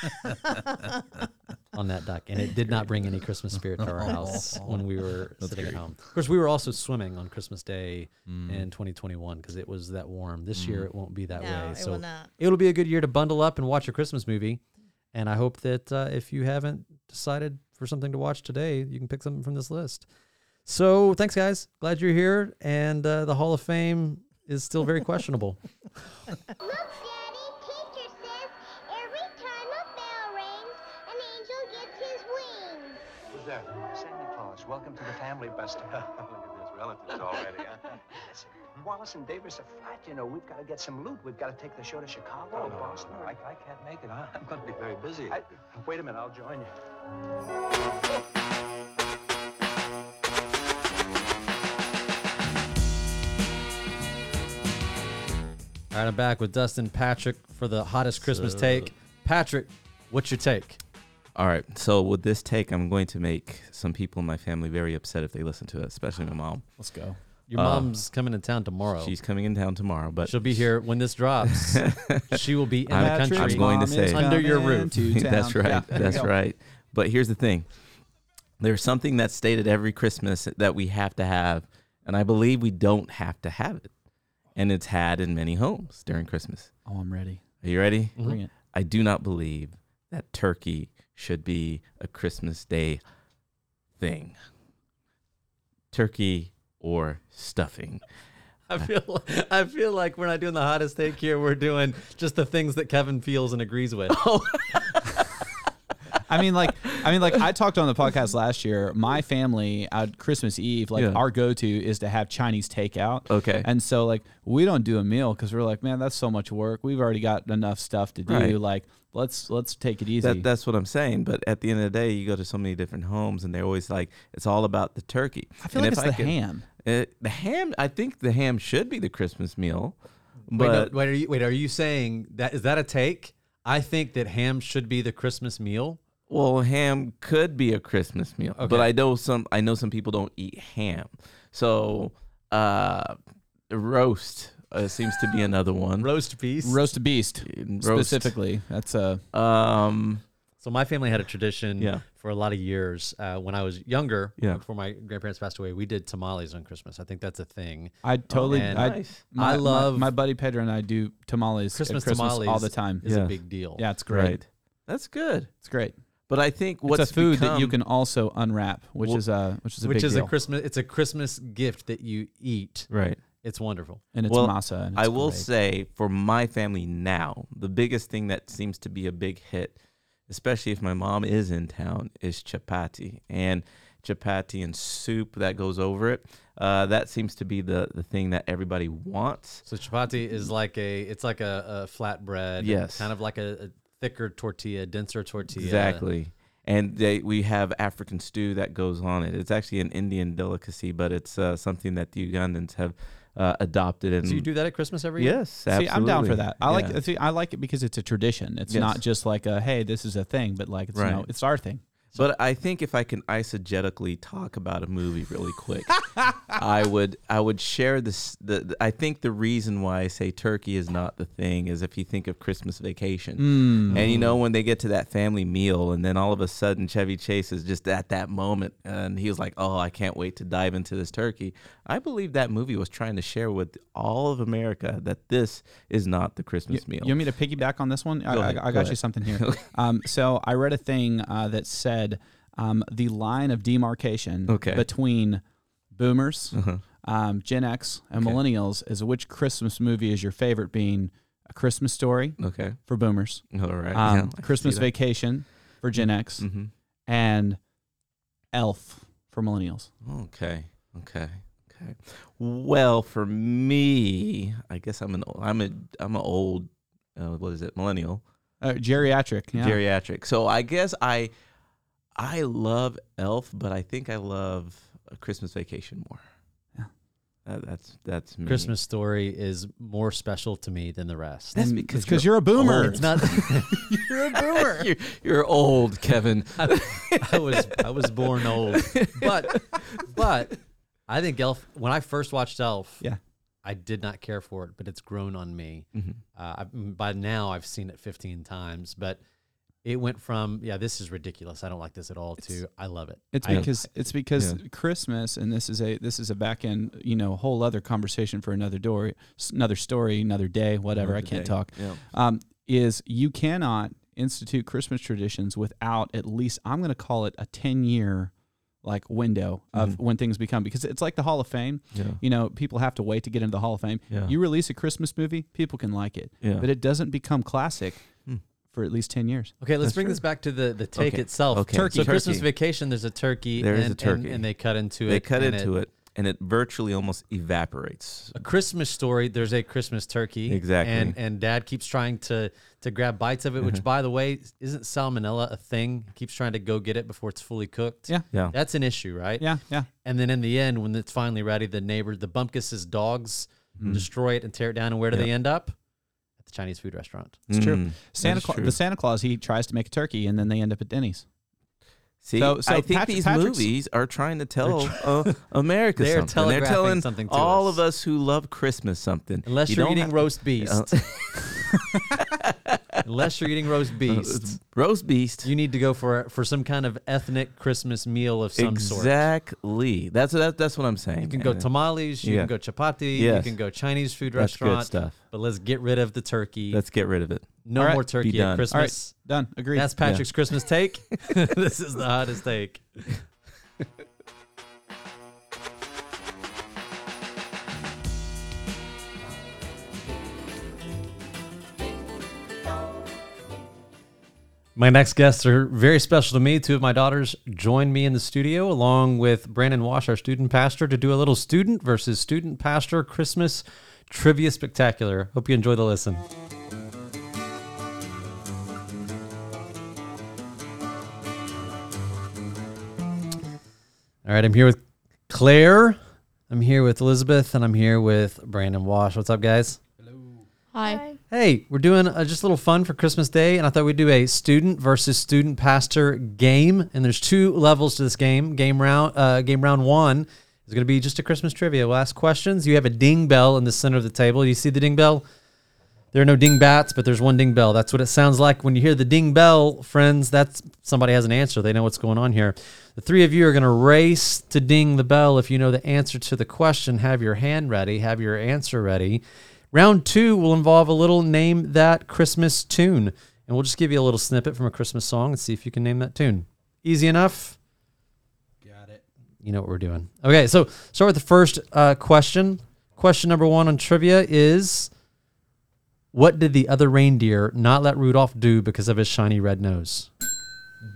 on that duck. And it did not bring any Christmas spirit to our house when we were sitting at home. Of course, we were also swimming on Christmas Day in 2021 because it was that warm. This year, it won't be that No, way. it so will not. it'll be a good year to bundle up and watch a Christmas movie. And I hope that uh, if you haven't decided for something to watch today, you can pick something from this list. So thanks, guys. Glad you're here. And uh, the Hall of Fame is still very questionable. Look, Daddy, teacher says every time a bell rings, an angel gets his wings. Who's that? Santa Claus. Welcome to the family, Buster. Look at this, relatives already, huh? Listen, Wallace and Davis are flat, you know. We've got to get some loot. We've got to take the show to Chicago or Boston. I, I can't make it. I'm going to be very busy. I, wait a minute, I'll join you. All right, I'm back with Dustin Patrick for the hottest Christmas So- take. Patrick, what's your take? All right. So with this take, I'm going to make some people in my family very upset if they listen to it, especially my mom. Let's go. Your Uh, mom's coming in town tomorrow. She's coming in town tomorrow, but She'll be here when this drops. she will be in the I'm- country. I'm going Mom to say- is Under your coming roof. to That's town. right. Yeah, there you That's go. right. But here's the thing. There's something that's stated every Christmas that we have to have, and I believe we don't have to have it. And it's had in many homes during Christmas. Oh, I'm ready. Are you ready? Bring it. I do not believe that turkey should be a Christmas Day thing. Turkey or stuffing. I feel I feel like we're not doing the hottest take here. We're doing just the things that Kevin feels and agrees with. I mean, like, I mean, like, I talked on the podcast last year. My family at Christmas Eve, like, Yeah. our go-to is to have Chinese takeout. Okay. and so like we don't do a meal because we're like, man, that's so much work. We've already got enough stuff to do. Right. Like, let's let's take it easy. That, that's what I'm saying. But at the end of the day, you go to so many different homes, and they're always like, it's all about the turkey. I feel And like if it's the could- ham. It, Uh, the ham. I think the ham should be the Christmas meal, Wait, no, but wait, are you, wait, are you saying that is that a take? I think that ham should be the Christmas meal. well, ham could be a Christmas meal. But Okay. I know some. I know some people don't eat ham, so uh, roast uh, seems to be another one. Roast beef. roast a beast Roast. specifically. That's a Um, So my family had a tradition Yeah. for a lot of years. Uh, when I was younger, Yeah. before my grandparents passed away, we did tamales on Christmas. I think that's a thing. I totally. man. I, Nice. my- I my- love- my, buddy Pedro and I do tamales at Christmas, Christmas tamales all the time. is Yeah. a big deal. Yeah, it's great. right. That's good. It's great. But I think what's it's a food that you can become- also unwrap, which Well- is a which is a which big is deal. a Christmas. It's a Christmas gift that you eat. right. It's wonderful. and it's Well, masa. And I it's will great. say for my family now, the biggest thing that seems to be a big hit, especially if my mom is in town, is chapati and chapati and soup that goes over it. Uh, that seems to be the the thing that everybody wants. So chapati is like a it's like a, a flatbread. Mm-hmm. Yes. kind of like a, a thicker tortilla, denser tortilla. Exactly. And they, we have African stew that goes on it. It's actually an Indian delicacy, but it's uh, something that the Ugandans have uh, adopted. And Do you do that at Christmas every year? Yes, absolutely. See, I'm down for that. I Yeah. like see, I like it because it's a tradition. It's Yes. not just like a hey, this is a thing, but like it's you Right. know, it's our thing. But I think if I can isogetically talk about a movie really quick, I would I would share this. The, the- I think the reason why I say turkey is not the thing is if you think of Christmas Vacation, Mm. and you know when they get to that family meal, and then all of a sudden Chevy Chase is just at that moment, and he was like, "Oh, I can't wait to dive into this turkey." I believe that movie was trying to share with all of America that this is not the Christmas meal. You want me to piggyback on this one? I, Go I- ahead, I go got you ahead. something here. um, so I read a thing uh, that said um, the line of demarcation Okay. Uh-huh. between boomers, um, Gen X, and millennials is which Christmas movie is your favorite? Being a Christmas Story okay, for boomers, all right, Yeah, I um, can see Christmas that. Vacation for Gen X, Mhm. and Elf for millennials. Okay. Okay. Okay. Well, for me, I guess I'm an o- I'm a I'm an old uh, what is it millennial Uh, geriatric, yeah. geriatric. So I guess I I love Elf, but I think I love a Christmas Vacation more. Yeah. that's that's me. Christmas story is more special to me than the rest. That's And because it's 'cause you're a boomer. old. It's not. you're a boomer. you're, you're old, Kevin. I was I was born old, but but I think Elf. When I first watched Elf, Yeah. I did not care for it, but it's grown on me. Mm-hmm. Uh, I, by now, I've seen it 15 times, but it went from yeah, this is ridiculous. I don't like this at all. to I love it. It's I- because it's because Yeah. Christmas, and this is a this is a back end, you know, whole other conversation for another door, s- another story, another day, whatever. I can't day. talk. Yeah. Um, is you cannot institute Christmas traditions without at least I'm going to call it a ten year like window of when things become because it's like the Hall of Fame. Yeah. You know, people have to wait to get into the Hall of Fame. Yeah. You release a Christmas movie, people can like it, Yeah. Hmm. but it doesn't become classic for at least ten years. Okay, let's bring this back to the the take Okay, itself. okay. Turkey. So Turkey. Christmas vacation. There's a turkey. There and, is a and- turkey. and, they cut into it. they cut and into it and it virtually almost evaporates. a Christmas story, there's a Christmas turkey. Exactly. And and dad keeps trying to to grab bites of it, which by the way, isn't salmonella a thing? He keeps trying to go get it before it's fully cooked. Yeah. Yeah. That's an issue, right? Yeah, yeah. And then in the end, when it's finally ready, the neighbor, the Bumpkus's dogs destroy it and tear it down. And where do they end up? At the Chinese food restaurant. It's true. Mm, Santa that's Claus, true. the Santa Claus, he tries to make a turkey, and then they end up at Denny's. See, So- so I think Patrick- these Patrick's- movies are trying to tell uh, America They're something. They're telegraphing telling something to all us. of us who love Christmas something. Unless You you are don't eating have- roast beast. Uh, Unless you're eating roast beast. uh, roast beast. You need to go for for some kind of ethnic Christmas meal of some sort. exactly. That's that, that's what I'm saying. You can go man. tamales, you Yeah. can go chapati, you Yes. can go Chinese food That's good restaurant. stuff. But let's get rid of the turkey. Let's get rid of it. no All right. more turkey at done. All right, Christmas. done. Agreed. That's Patrick's Christmas take. this is the hottest take. My next guests are very special to me. Two of my daughters joined me in the studio along with Brandon Wash, our student pastor, to do a little student versus student pastor Christmas trivia spectacular. Hope you enjoy the listen. All right, I'm here with Claire. I'm here with Elizabeth, and I'm here with Brandon Wash. What's up, guys? Hi. Hey, we're doing uh just a little fun for Christmas Day, and I thought we'd do a student versus student pastor game. And there's two levels to this game. Game round, uh, game round one is going to be just a Christmas trivia. We'll ask questions. You have a ding bell in the center of the table. You see the ding bell? There are no ding bats, but there's one ding bell. That's what it sounds like when you hear the ding bell, friends. That's somebody has an answer. They know what's going on here. The three of you are going to race to ding the bell. If you know the answer to the question, have your hand ready, have your answer ready. Round two will involve a little name that Christmas tune. And we'll just give you a little snippet from a Christmas song and see if you can name that tune. Easy enough you know what we're doing. Okay, so start with the first uh, question. Question number one on trivia is What did the other reindeer not let Rudolph do because of his shiny red nose?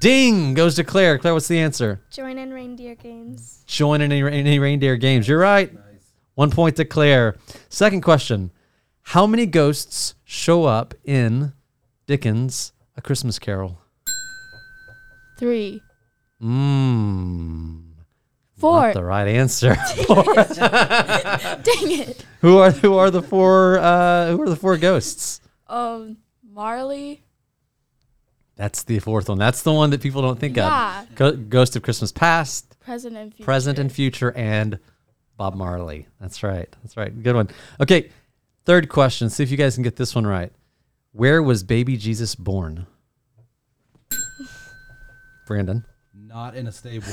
Ding goes to Claire. Claire, what's the answer? Join in reindeer games. Join in any, any reindeer games. You're right. One point to Claire. Second question How many ghosts show up in Dickens' A Christmas Carol? Three. Mmm. Four. Not the right answer. Dang it. Who are who are the four uh, who are the four ghosts? Um, Marley. That's the fourth one. That's the one that people don't think Yeah. of. Go- Ghost of Christmas Past, Present and future. Present, and Future, and Bob Marley. That's right. That's right. Good one. Okay. Third question. See if you guys can get this one right. Where was baby Jesus born? Brandon. Not in a stable.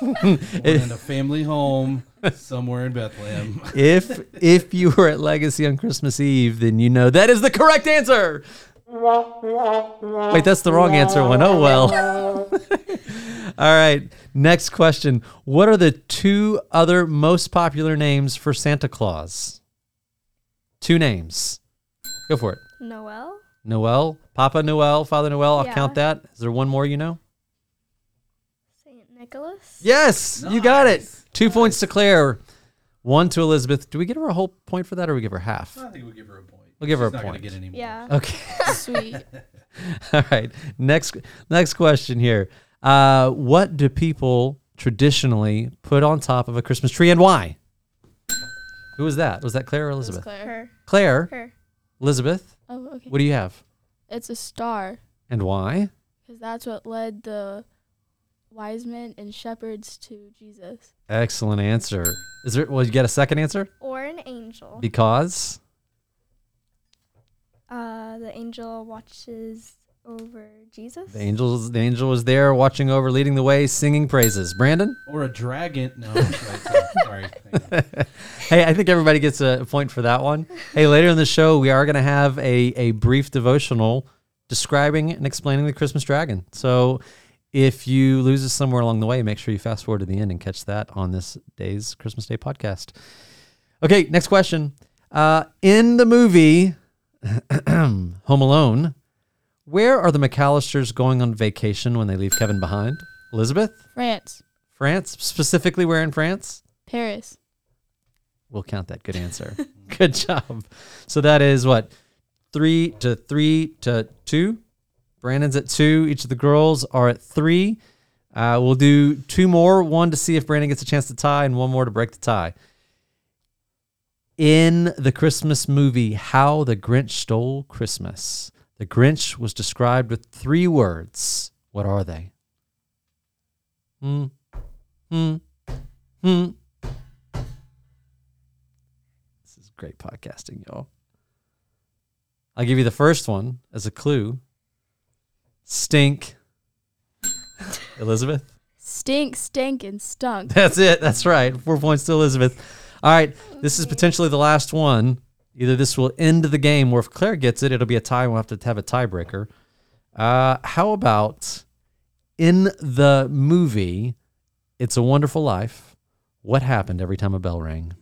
Born in a family home somewhere in Bethlehem. If if you were at Legacy on Christmas Eve, then you know that is the correct answer. Wait, that's the wrong answer one. Oh well. All right. Next question. What are the two other most popular names for Santa Claus? Two names. Go for it. Noel. Noel, Papa Noel, Father Noel. I'll Yeah. count that. Is there one more you know? Saint Nicholas. Yes, you got it. Two points to Claire, one to Elizabeth. Do we give her a whole point for that, or we give her half? I think we'll give her a point. We'll give her She's a not point. Gonna get any more. Yeah. Okay. Sweet. All right. Next next question here. Uh, what do people traditionally put on top of a Christmas tree and why? Who was that? Was that Claire or It's Elizabeth? Claire. Her. Claire, Her. Elizabeth, Oh, okay. what do you have? It's a star, And why? because that's what led the wise men and shepherds to Jesus. Excellent answer. Is there well you got a second answer? Or an angel. Because Uh, the angel watches over Jesus. the angels the angel was there watching over, leading the way, singing praises. Brandon? Or a dragon. No. that's right. Sorry. Hang on. hey, I think everybody gets a point for that one. Hey, later in the show, we are going to have a, a brief devotional describing and explaining the Christmas dragon. So if you lose us somewhere along the way, make sure you fast forward to the end and catch that on this day's Christmas Day podcast. Okay, next question. Uh, in the movie Home Alone, where are the McAllisters going on vacation when they leave Kevin behind? Elizabeth? France. France? Specifically, where in France? Paris. We'll count that. Good answer. Good job. So that is what three to three to two. Brandon's at two. Each of the girls are at three. Uh, we'll do two more. One to see if Brandon gets a chance to tie, and one more to break the tie. In the Christmas movie, How the Grinch Stole Christmas, the Grinch was described with three words. What are they? Hmm. Hmm. Hmm. This is great podcasting, y'all. I'll give you the first one as a clue. Stink. Elizabeth. Stink, stank, and stunk. That's it. That's right. Four points to Elizabeth. All right. This is potentially the last one. Either this will end the game, or if Claire gets it, it'll be a tie. and We'll have to have a tiebreaker. Uh, how about in the movie "It's a Wonderful Life"? What happened every time a bell rang?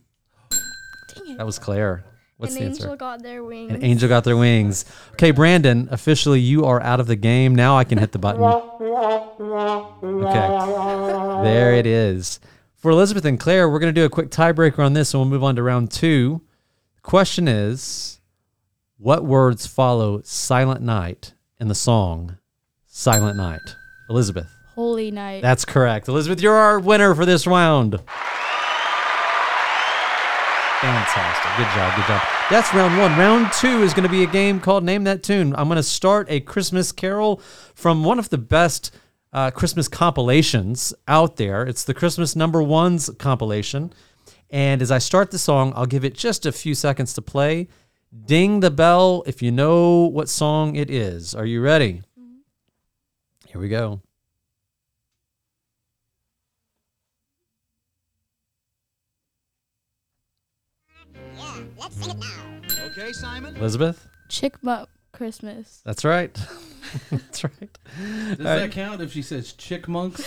Dang it. That was Claire. What's An the angel answer? got their wings. An angel got their wings. Okay, Brandon, officially you are out of the game. Now I can hit the button. Okay. There it is. For Elizabeth and Claire, we're going to do a quick tiebreaker on this and we'll move on to round two. Question is What words follow Silent Night in the song Silent Night? Elizabeth. Holy night. That's correct. Elizabeth, you're our winner for this round. Fantastic. Good job. Good job. That's round one. Round two is going to be a game called Name That Tune. I'm going to start a Christmas carol from one of the best uh, Christmas compilations out there. It's the Christmas Number Ones compilation. And as I start the song, I'll give it just a few seconds to play. Ding the bell if you know what song it is. Are you ready? Here we go. Okay, Simon. Elizabeth? Chickmup Christmas. That's right. That's right. Does All that right. count if she says chickmunks?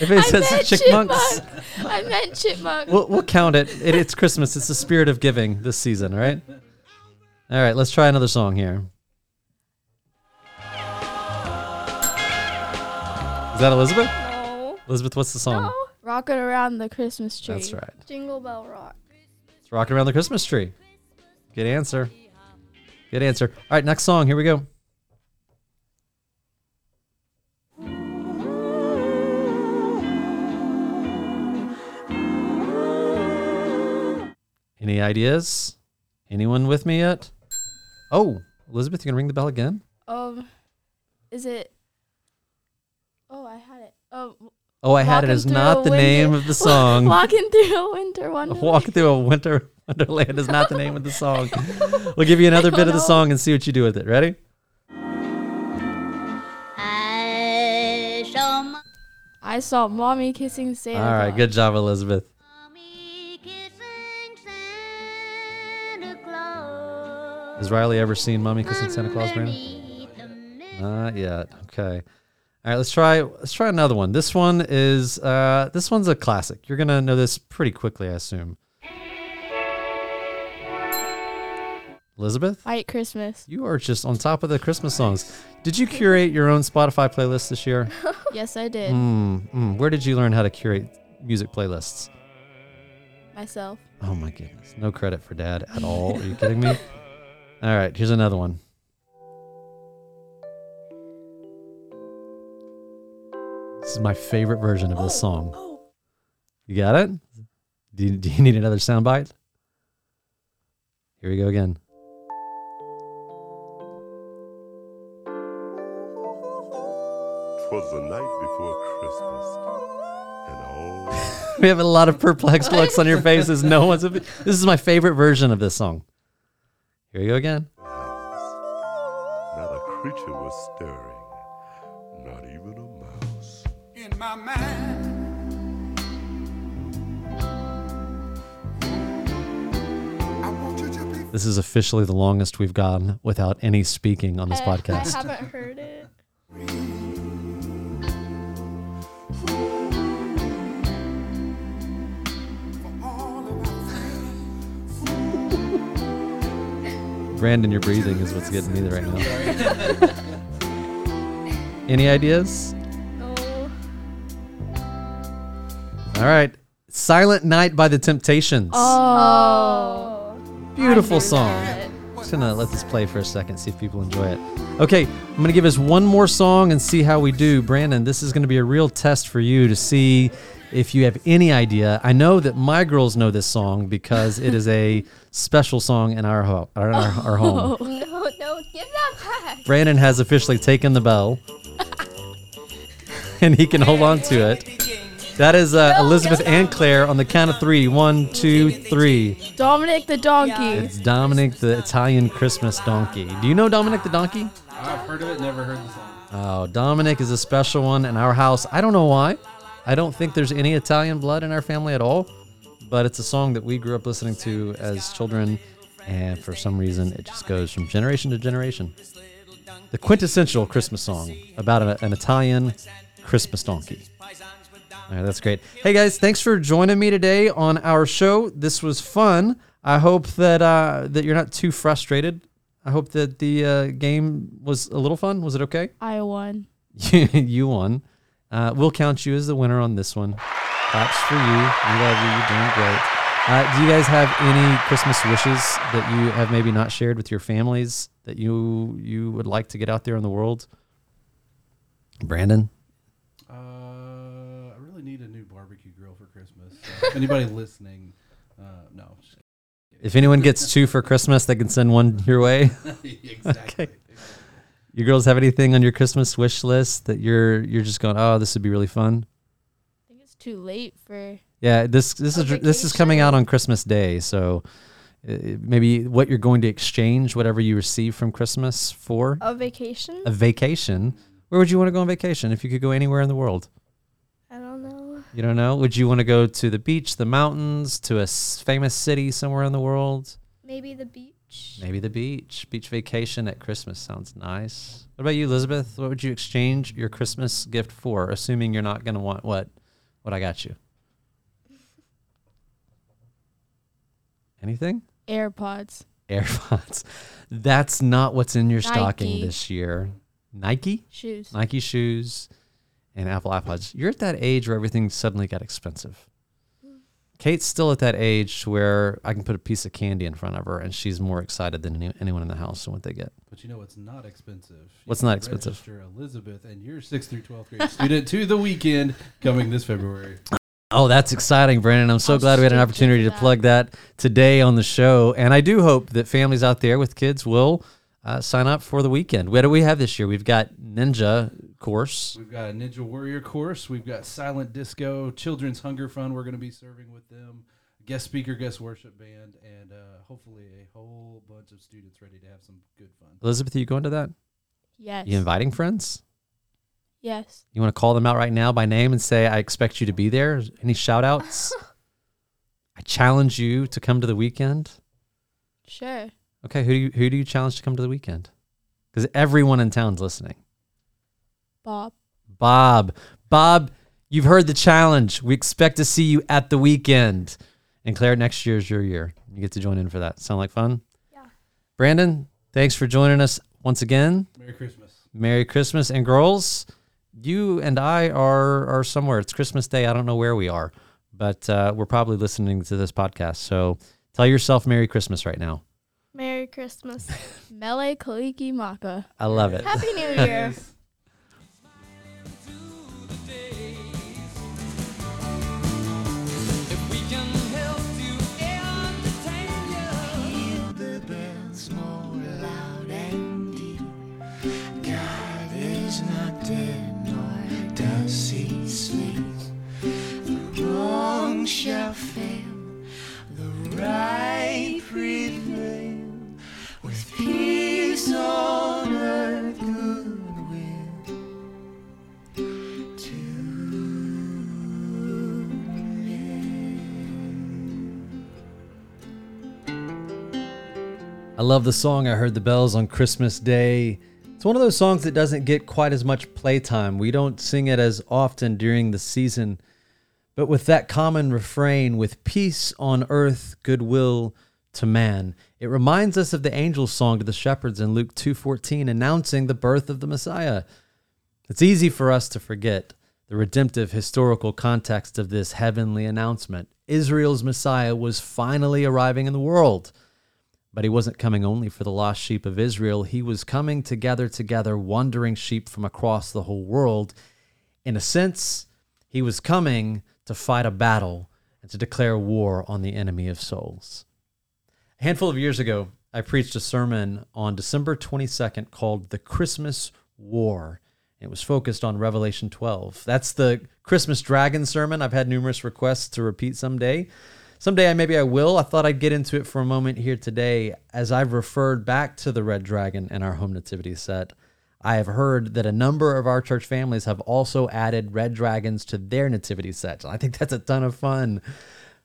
If it says chickmunks, chipmunk. I meant chipmunk. we'll, we'll count it. it. It's Christmas. It's the spirit of giving this season, all right? All right, let's try another song here. Is that Elizabeth? No. Elizabeth, what's the song? No. Rocking around the Christmas tree. um, That's right. Jingle bell rock. It's Rocking Around the Christmas Tree. Good answer. Good answer. All right, next song. Here we go. Any ideas? Anyone with me yet? Oh, Elizabeth, you gonna ring the bell again? Um, is it? Oh, I had it. Um, Oh, I had it walking is through not a the winter- name of the song. Walking through a winter A wonderland. Walk through a winter wonderland is not the name of the song. We'll give you another bit of the song and see what you do with it. Ready? I saw mommy kissing Santa. All right, Claus. good job, Elizabeth. Has Riley ever seen Mommy kissing Santa Claus, Brandon? Not yet. Okay. All right, let's try let's try another one. This one is uh, this one's a classic. You're gonna know this pretty quickly, I assume. Elizabeth, White Christmas. you are just on top of the Christmas songs. Did you curate your own Spotify playlist this year? yes, I did Mm, mm. Where did you learn how to curate music playlists? myself. Oh my goodness. No credit for dad at all. Are you kidding me? All right, here's another one. This is my favorite version of this song. You got it? Do you, do you need another soundbite? Here we go again. Twas the night before Christmas, and all We have a lot of perplexed looks on your faces. No one's. This is my favorite version of this song. Here we go again. not a creature was stirring, not even a mouse. In my mind. I want you to be This is officially the longest we've gone without any speaking on this I- podcast. I haven't heard it. Brandon, your breathing is what's getting me right now. Any ideas? No. All right. Silent Night by the Temptations. Oh, Oh. Beautiful song. Just gonna let this play for a second, see if people enjoy it. Okay, I'm gonna give us one more song and see how we do. Brandon, this is gonna be a real test for you to see if you have any idea. I know that my girls know this song because it is a special song in our, ho- our, our, our home. No, no, give that back. Brandon has officially taken the bell, and he can hold on to it. That is uh, Elizabeth and Claire on the count of three. One, two, three. Dominic the donkey. It's Dominic the Italian Christmas donkey. Do you know Dominic the donkey? I've heard of it, never heard the song. Oh, Dominic is a special one in our house. I don't know why. I don't think there's any Italian blood in our family at all, but it's a song that we grew up listening to as children, and for some reason, it just goes from generation to generation. The quintessential Christmas song about a- an Italian Christmas donkey. All right, that's great. Hey guys, thanks for joining me today on our show. This was fun. I hope that uh, that you're not too frustrated. I hope that the uh, game was a little fun. Was it okay? I won. you won. Uh, we'll count you as the winner on this one. Claps for you. We love you. You're doing great. Uh, do you guys have any Christmas wishes that you have maybe not shared with your families that you you would like to get out there in the world? Brandon, Uh, I really need a new barbecue grill for Christmas. So if anybody listening, uh, no. I'm just if anyone gets two for Christmas, they can send one your way. kidding. Okay. You girls have anything on your Christmas wish list that you're you're just going, oh, this would be really fun? I think it's too late for. Yeah, this this A is this is coming out on Christmas Day, so uh, maybe what you're going to exchange whatever you receive from Christmas for A vacation? a vacation. Where would you want to go on vacation if you could go anywhere in the world? I don't know. You don't know. Would you want to go to the beach, the mountains, to a s- famous city somewhere in the world? Maybe the beach. Maybe the beach. Beach vacation at Christmas sounds nice. What about you, Elizabeth? What would you exchange your Christmas gift for, assuming you're not going to want what what I got you? Anything? AirPods. AirPods. That's not what's in your stocking Nike. this year. Nike? Shoes. Nike shoes and Apple iPods. You're at that age where everything suddenly got expensive. Kate's still at that age where I can put a piece of candy in front of her and she's more excited than any, anyone in the house and what they get. But you know what's not expensive? You What's can not expensive? register Elizabeth and your sixth through twelfth grade student to the weekend coming this February. Oh, that's exciting, Brandon. I'm so I'll glad we had an stick to opportunity to that. plug that today on the show. And I do hope that families out there with kids will uh, sign up for the weekend. What do we have this year? We've got Ninja course. We've got a Ninja Warrior course. We've got Silent Disco, Children's Hunger Fund. We're going to be serving with them. Guest speaker, guest worship band, and uh, hopefully a whole bunch of students ready to have some good fun. Elizabeth, are you going to that? Yes. You inviting friends? Yes. You want to call them out right now by name and say, I expect you to be there? Any shout outs? I challenge you to come to the weekend. Sure. Okay, who do you, who do you challenge to come to the weekend? Because everyone in town's listening. Bob. Bob. Bob, you've heard the challenge. We expect to see you at the weekend. And Claire, next year is your year. You get to join in for that. Sound like fun? Yeah. Brandon, thanks for joining us once again. Merry Christmas. Merry Christmas. And girls, you and I are are somewhere. It's Christmas Day. I don't know where we are, but uh, we're probably listening to this podcast. So tell yourself Merry Christmas right now. Merry Christmas. Mele Kaliki Maka. I love it. Happy New Year. God is not dead, nor does he sleep. The wrong shall fail, the right prevail. With peace on earth, goodwill to I love the song I Heard the Bells on Christmas Day. It's one of those songs that doesn't get quite as much playtime. We don't sing it as often during the season. But with that common refrain, with peace on earth, goodwill to man, it reminds us of the angel's song to the shepherds in Luke 2:14 announcing the birth of the Messiah. It's easy for us to forget the redemptive historical context of this heavenly announcement. Israel's Messiah was finally arriving in the world. But he wasn't coming only for the lost sheep of Israel. He was coming to gather together wandering sheep from across the whole world. In a sense, he was coming to fight a battle and to declare war on the enemy of souls. A handful of years ago, I preached a sermon on December 22nd called The Christmas War. It was focused on Revelation 12. That's the Christmas dragon sermon. I've had numerous requests to repeat someday. Someday I maybe I will. I thought I'd get into it for a moment here today as I've referred back to the red dragon in our home nativity set. I have heard that a number of our church families have also added red dragons to their nativity sets. And I think that's a ton of fun.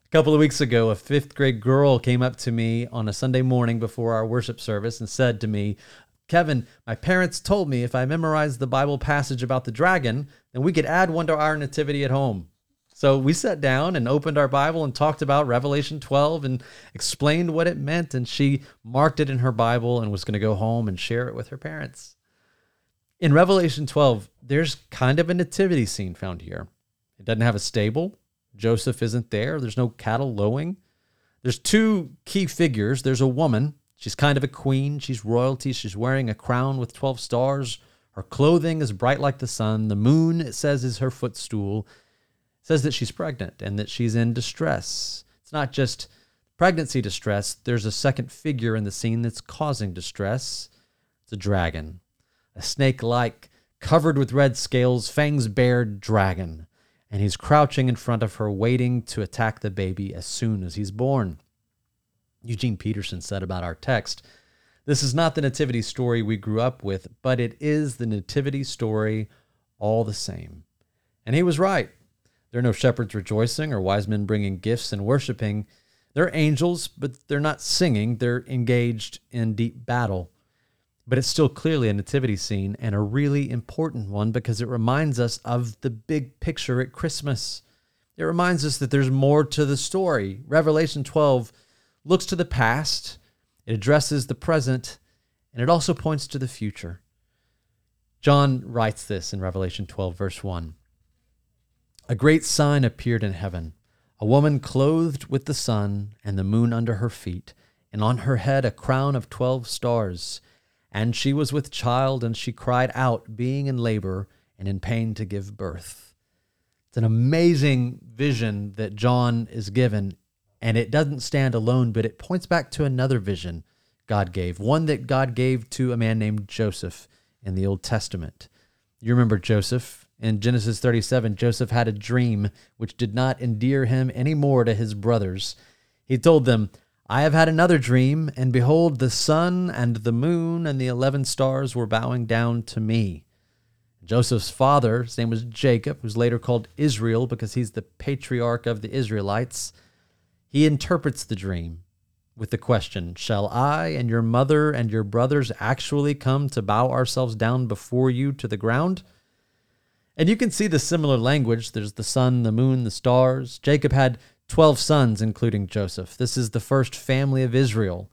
A couple of weeks ago, a fifth grade girl came up to me on a Sunday morning before our worship service and said to me, Kevin, my parents told me if I memorized the Bible passage about the dragon, then we could add one to our nativity at home. So we sat down and opened our Bible and talked about Revelation 12 and explained what it meant. And she marked it in her Bible and was going to go home and share it with her parents. In Revelation 12, there's kind of a nativity scene found here. It doesn't have a stable. Joseph isn't there. There's no cattle lowing. There's two key figures. There's a woman. She's kind of a queen. She's royalty. She's wearing a crown with 12 stars. Her clothing is bright like the sun. The moon, it says, is her footstool. It says that she's pregnant and that she's in distress. It's not just pregnancy distress, there's a second figure in the scene that's causing distress. It's a dragon, a snake like, covered with red scales, fangs bared dragon. And he's crouching in front of her, waiting to attack the baby as soon as he's born. Eugene Peterson said about our text this is not the nativity story we grew up with, but it is the nativity story all the same. And he was right. There are no shepherds rejoicing or wise men bringing gifts and worshiping. They're angels, but they're not singing. They're engaged in deep battle. But it's still clearly a nativity scene and a really important one because it reminds us of the big picture at Christmas. It reminds us that there's more to the story. Revelation 12 looks to the past. It addresses the present and it also points to the future. John writes this in Revelation 12, verse 1. A great sign appeared in heaven a woman clothed with the sun and the moon under her feet, and on her head a crown of 12 stars. And she was with child, and she cried out, being in labor and in pain to give birth. It's an amazing vision that John is given and it doesn't stand alone, but it points back to another vision God gave, one that God gave to a man named Joseph in the Old Testament. You remember Joseph in Genesis 37, Joseph had a dream which did not endear him any more to his brothers. He told them, I have had another dream, and behold, the sun and the moon and the eleven stars were bowing down to me. Joseph's father, his name was Jacob, who's later called Israel because he's the patriarch of the Israelites. He interprets the dream with the question Shall I and your mother and your brothers actually come to bow ourselves down before you to the ground? And you can see the similar language. There's the sun, the moon, the stars. Jacob had 12 sons, including Joseph. This is the first family of Israel.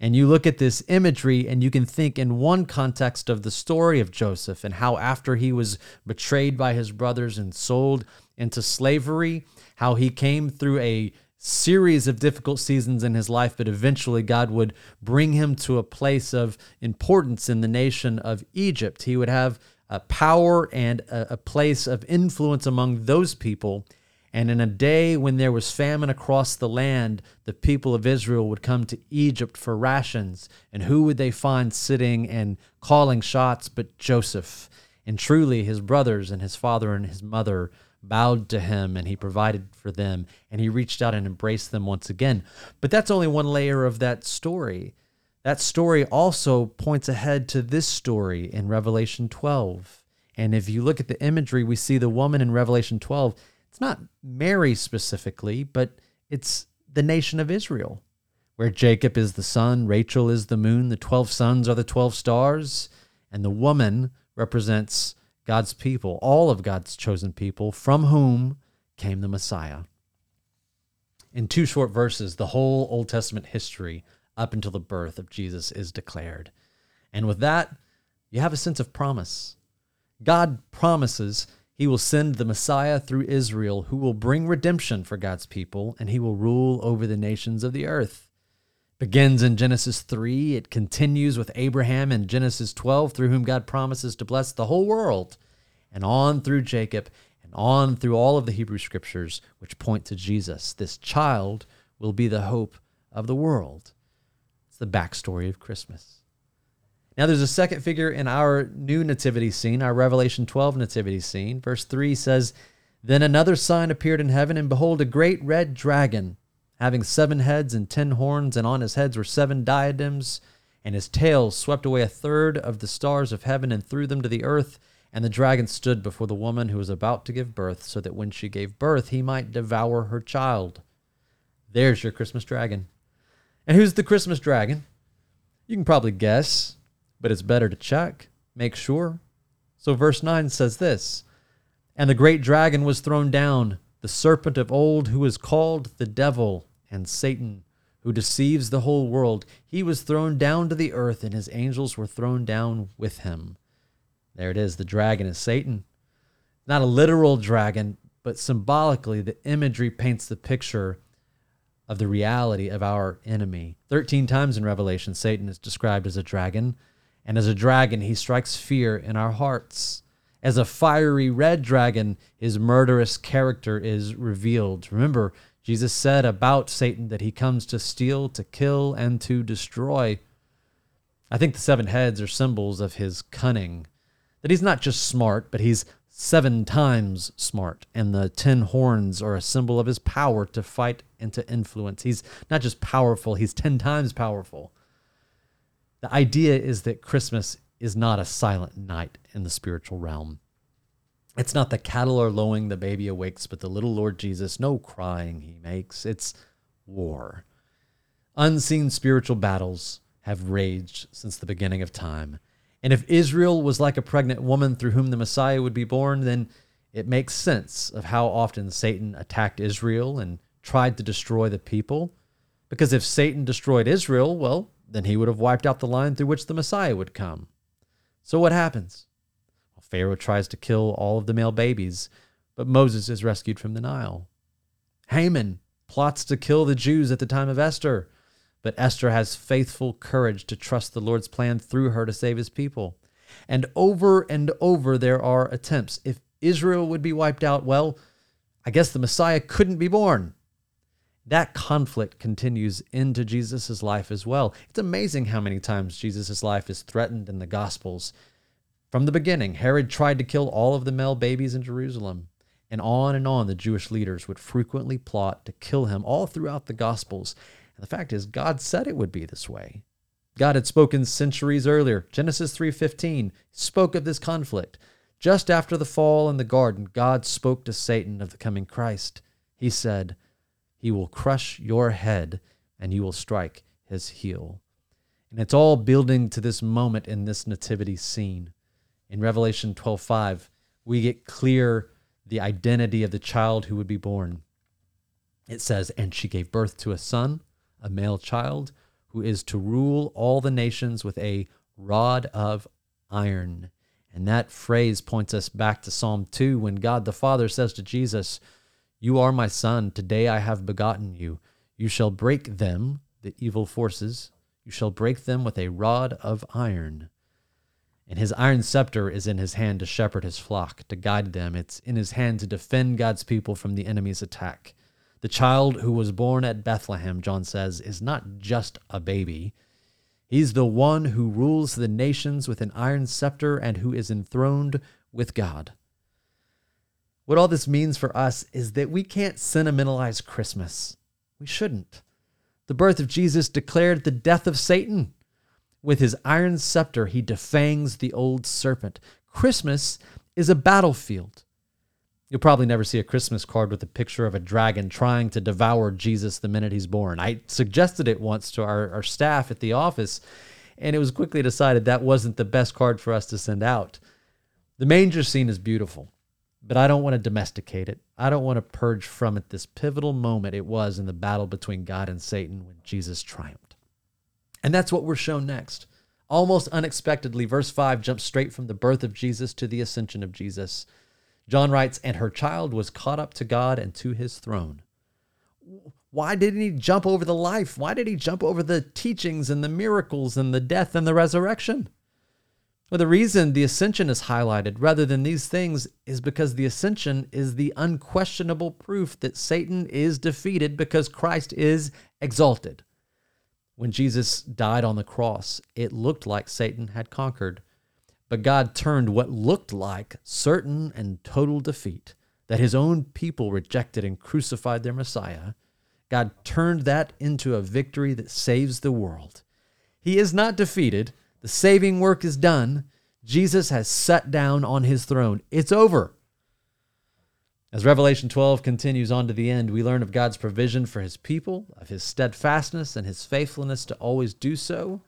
And you look at this imagery and you can think in one context of the story of Joseph and how after he was betrayed by his brothers and sold into slavery, how he came through a series of difficult seasons in his life, but eventually God would bring him to a place of importance in the nation of Egypt. He would have a power and a, a place of influence among those people. And in a day when there was famine across the land, the people of Israel would come to Egypt for rations. And who would they find sitting and calling shots but Joseph? And truly, his brothers and his father and his mother bowed to him and he provided for them and he reached out and embraced them once again. But that's only one layer of that story. That story also points ahead to this story in Revelation 12. And if you look at the imagery, we see the woman in Revelation 12. It's not Mary specifically, but it's the nation of Israel, where Jacob is the sun, Rachel is the moon, the 12 sons are the 12 stars, and the woman represents God's people, all of God's chosen people, from whom came the Messiah. In two short verses, the whole Old Testament history up until the birth of Jesus is declared. And with that, you have a sense of promise. God promises he will send the Messiah through Israel, who will bring redemption for God's people, and he will rule over the nations of the earth begins in Genesis 3. It continues with Abraham in Genesis 12, through whom God promises to bless the whole world, and on through Jacob, and on through all of the Hebrew scriptures, which point to Jesus. This child will be the hope of the world. It's the backstory of Christmas. Now, there's a second figure in our new nativity scene, our Revelation 12 nativity scene. Verse 3 says, Then another sign appeared in heaven, and behold, a great red dragon having seven heads and ten horns, and on his heads were seven diadems, and his tail swept away a third of the stars of heaven and threw them to the earth. And the dragon stood before the woman who was about to give birth, so that when she gave birth, he might devour her child. There's your Christmas dragon. And who's the Christmas dragon? You can probably guess, but it's better to check, make sure. So, verse 9 says this And the great dragon was thrown down the serpent of old who is called the devil and Satan, who deceives the whole world. He was thrown down to the earth, and his angels were thrown down with him. There it is. The dragon is Satan. Not a literal dragon, but symbolically, the imagery paints the picture of the reality of our enemy. 13 times in Revelation, Satan is described as a dragon, and as a dragon, he strikes fear in our hearts. As a fiery red dragon, his murderous character is revealed. Remember, Jesus said about Satan that he comes to steal, to kill, and to destroy. I think the seven heads are symbols of his cunning, that he's not just smart, but he's seven times smart. And the ten horns are a symbol of his power to fight and to influence. He's not just powerful, he's ten times powerful. The idea is that Christmas is not a silent night in the spiritual realm. It's not the cattle are lowing, the baby awakes, but the little Lord Jesus, no crying he makes. It's war. Unseen spiritual battles have raged since the beginning of time. And if Israel was like a pregnant woman through whom the Messiah would be born, then it makes sense of how often Satan attacked Israel and tried to destroy the people. Because if Satan destroyed Israel, well, then he would have wiped out the line through which the Messiah would come. So what happens? Well, Pharaoh tries to kill all of the male babies, but Moses is rescued from the Nile. Haman plots to kill the Jews at the time of Esther, but Esther has faithful courage to trust the Lord's plan through her to save his people. And over and over there are attempts. If Israel would be wiped out, well, I guess the Messiah couldn't be born. That conflict continues into Jesus' life as well. It's amazing how many times Jesus' life is threatened in the Gospels. From the beginning, Herod tried to kill all of the male babies in Jerusalem. And on and on, the Jewish leaders would frequently plot to kill him all throughout the Gospels. And the fact is, God said it would be this way. God had spoken centuries earlier. Genesis 3:15 spoke of this conflict. Just after the fall in the garden, God spoke to Satan of the coming Christ. He said, "He will crush your head and you will strike his heel." And it's all building to this moment in this nativity scene. In Revelation 12:5, we get clear the identity of the child who would be born. It says, "And she gave birth to a son, a male child, who is to rule all the nations with a rod of iron." And that phrase points us back to Psalm 2 when God the Father says to Jesus, You are my son, today I have begotten you. You shall break them, the evil forces, you shall break them with a rod of iron. And his iron scepter is in his hand to shepherd his flock, to guide them. It's in his hand to defend God's people from the enemy's attack. The child who was born at Bethlehem, John says, is not just a baby. He's the one who rules the nations with an iron scepter and who is enthroned with God. What all this means for us is that we can't sentimentalize Christmas. We shouldn't. The birth of Jesus declared the death of Satan. With his iron scepter, he defangs the old serpent. Christmas is a battlefield. You'll probably never see a Christmas card with a picture of a dragon trying to devour Jesus the minute he's born. I suggested it once to our, our staff at the office, and it was quickly decided that wasn't the best card for us to send out. The manger scene is beautiful, but I don't want to domesticate it. I don't want to purge from it this pivotal moment it was in the battle between God and Satan when Jesus triumphed. And that's what we're shown next. Almost unexpectedly, verse 5 jumps straight from the birth of Jesus to the ascension of Jesus. John writes, And her child was caught up to God and to his throne. Why didn't he jump over the life? Why did he jump over the teachings and the miracles and the death and the resurrection? Well, the reason the ascension is highlighted rather than these things is because the ascension is the unquestionable proof that Satan is defeated because Christ is exalted. When Jesus died on the cross, it looked like Satan had conquered. But God turned what looked like certain and total defeat that his own people rejected and crucified their Messiah. God turned that into a victory that saves the world. He is not defeated, the saving work is done. Jesus has sat down on his throne. It's over. As Revelation 12 continues on to the end, we learn of God's provision for his people, of his steadfastness and his faithfulness to always do so,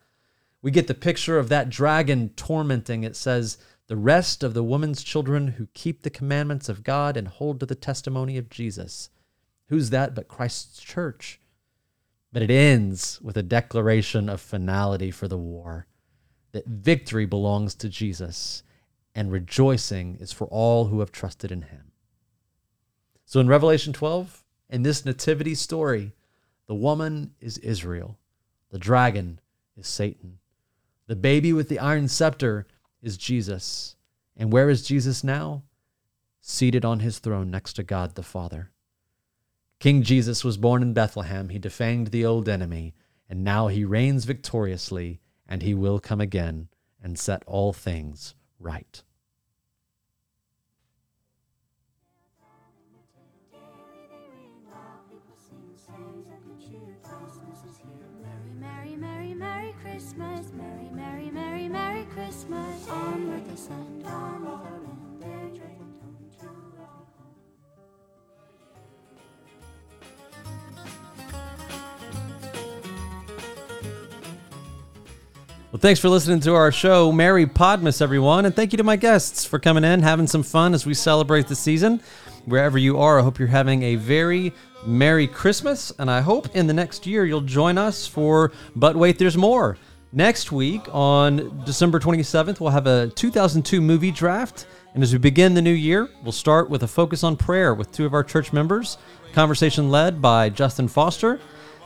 we get the picture of that dragon tormenting. It says, the rest of the woman's children who keep the commandments of God and hold to the testimony of Jesus. Who's that but Christ's church? But it ends with a declaration of finality for the war that victory belongs to Jesus and rejoicing is for all who have trusted in him. So in Revelation 12, in this nativity story, the woman is Israel, the dragon is Satan, the baby with the iron scepter is Jesus. And where is Jesus now? Seated on his throne next to God the Father. King Jesus was born in Bethlehem. He defanged the old enemy, and now he reigns victoriously, and he will come again and set all things right. Merry, merry, merry Christmas. Merry, merry, merry, merry Christmas. Onward they send, on with the wind they drift home to every home. Well, thanks for listening to our show, Merry Podmas, everyone. And thank you to my guests for coming in, having some fun as we celebrate the season. Wherever you are, I hope you're having a very Merry Christmas. And I hope in the next year you'll join us for But Wait, There's More. Next week on December 27th, we'll have a 2002 movie draft. And as we begin the new year, we'll start with a focus on prayer with two of our church members, conversation led by Justin Foster.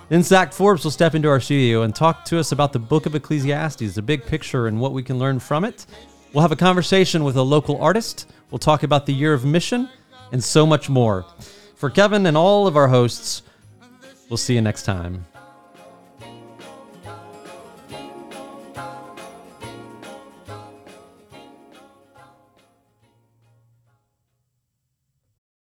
Then Zach Forbes will step into our studio and talk to us about the book of Ecclesiastes, the big picture, and what we can learn from it. We'll have a conversation with a local artist. We'll talk about the year of mission and so much more. For Kevin and all of our hosts, we'll see you next time.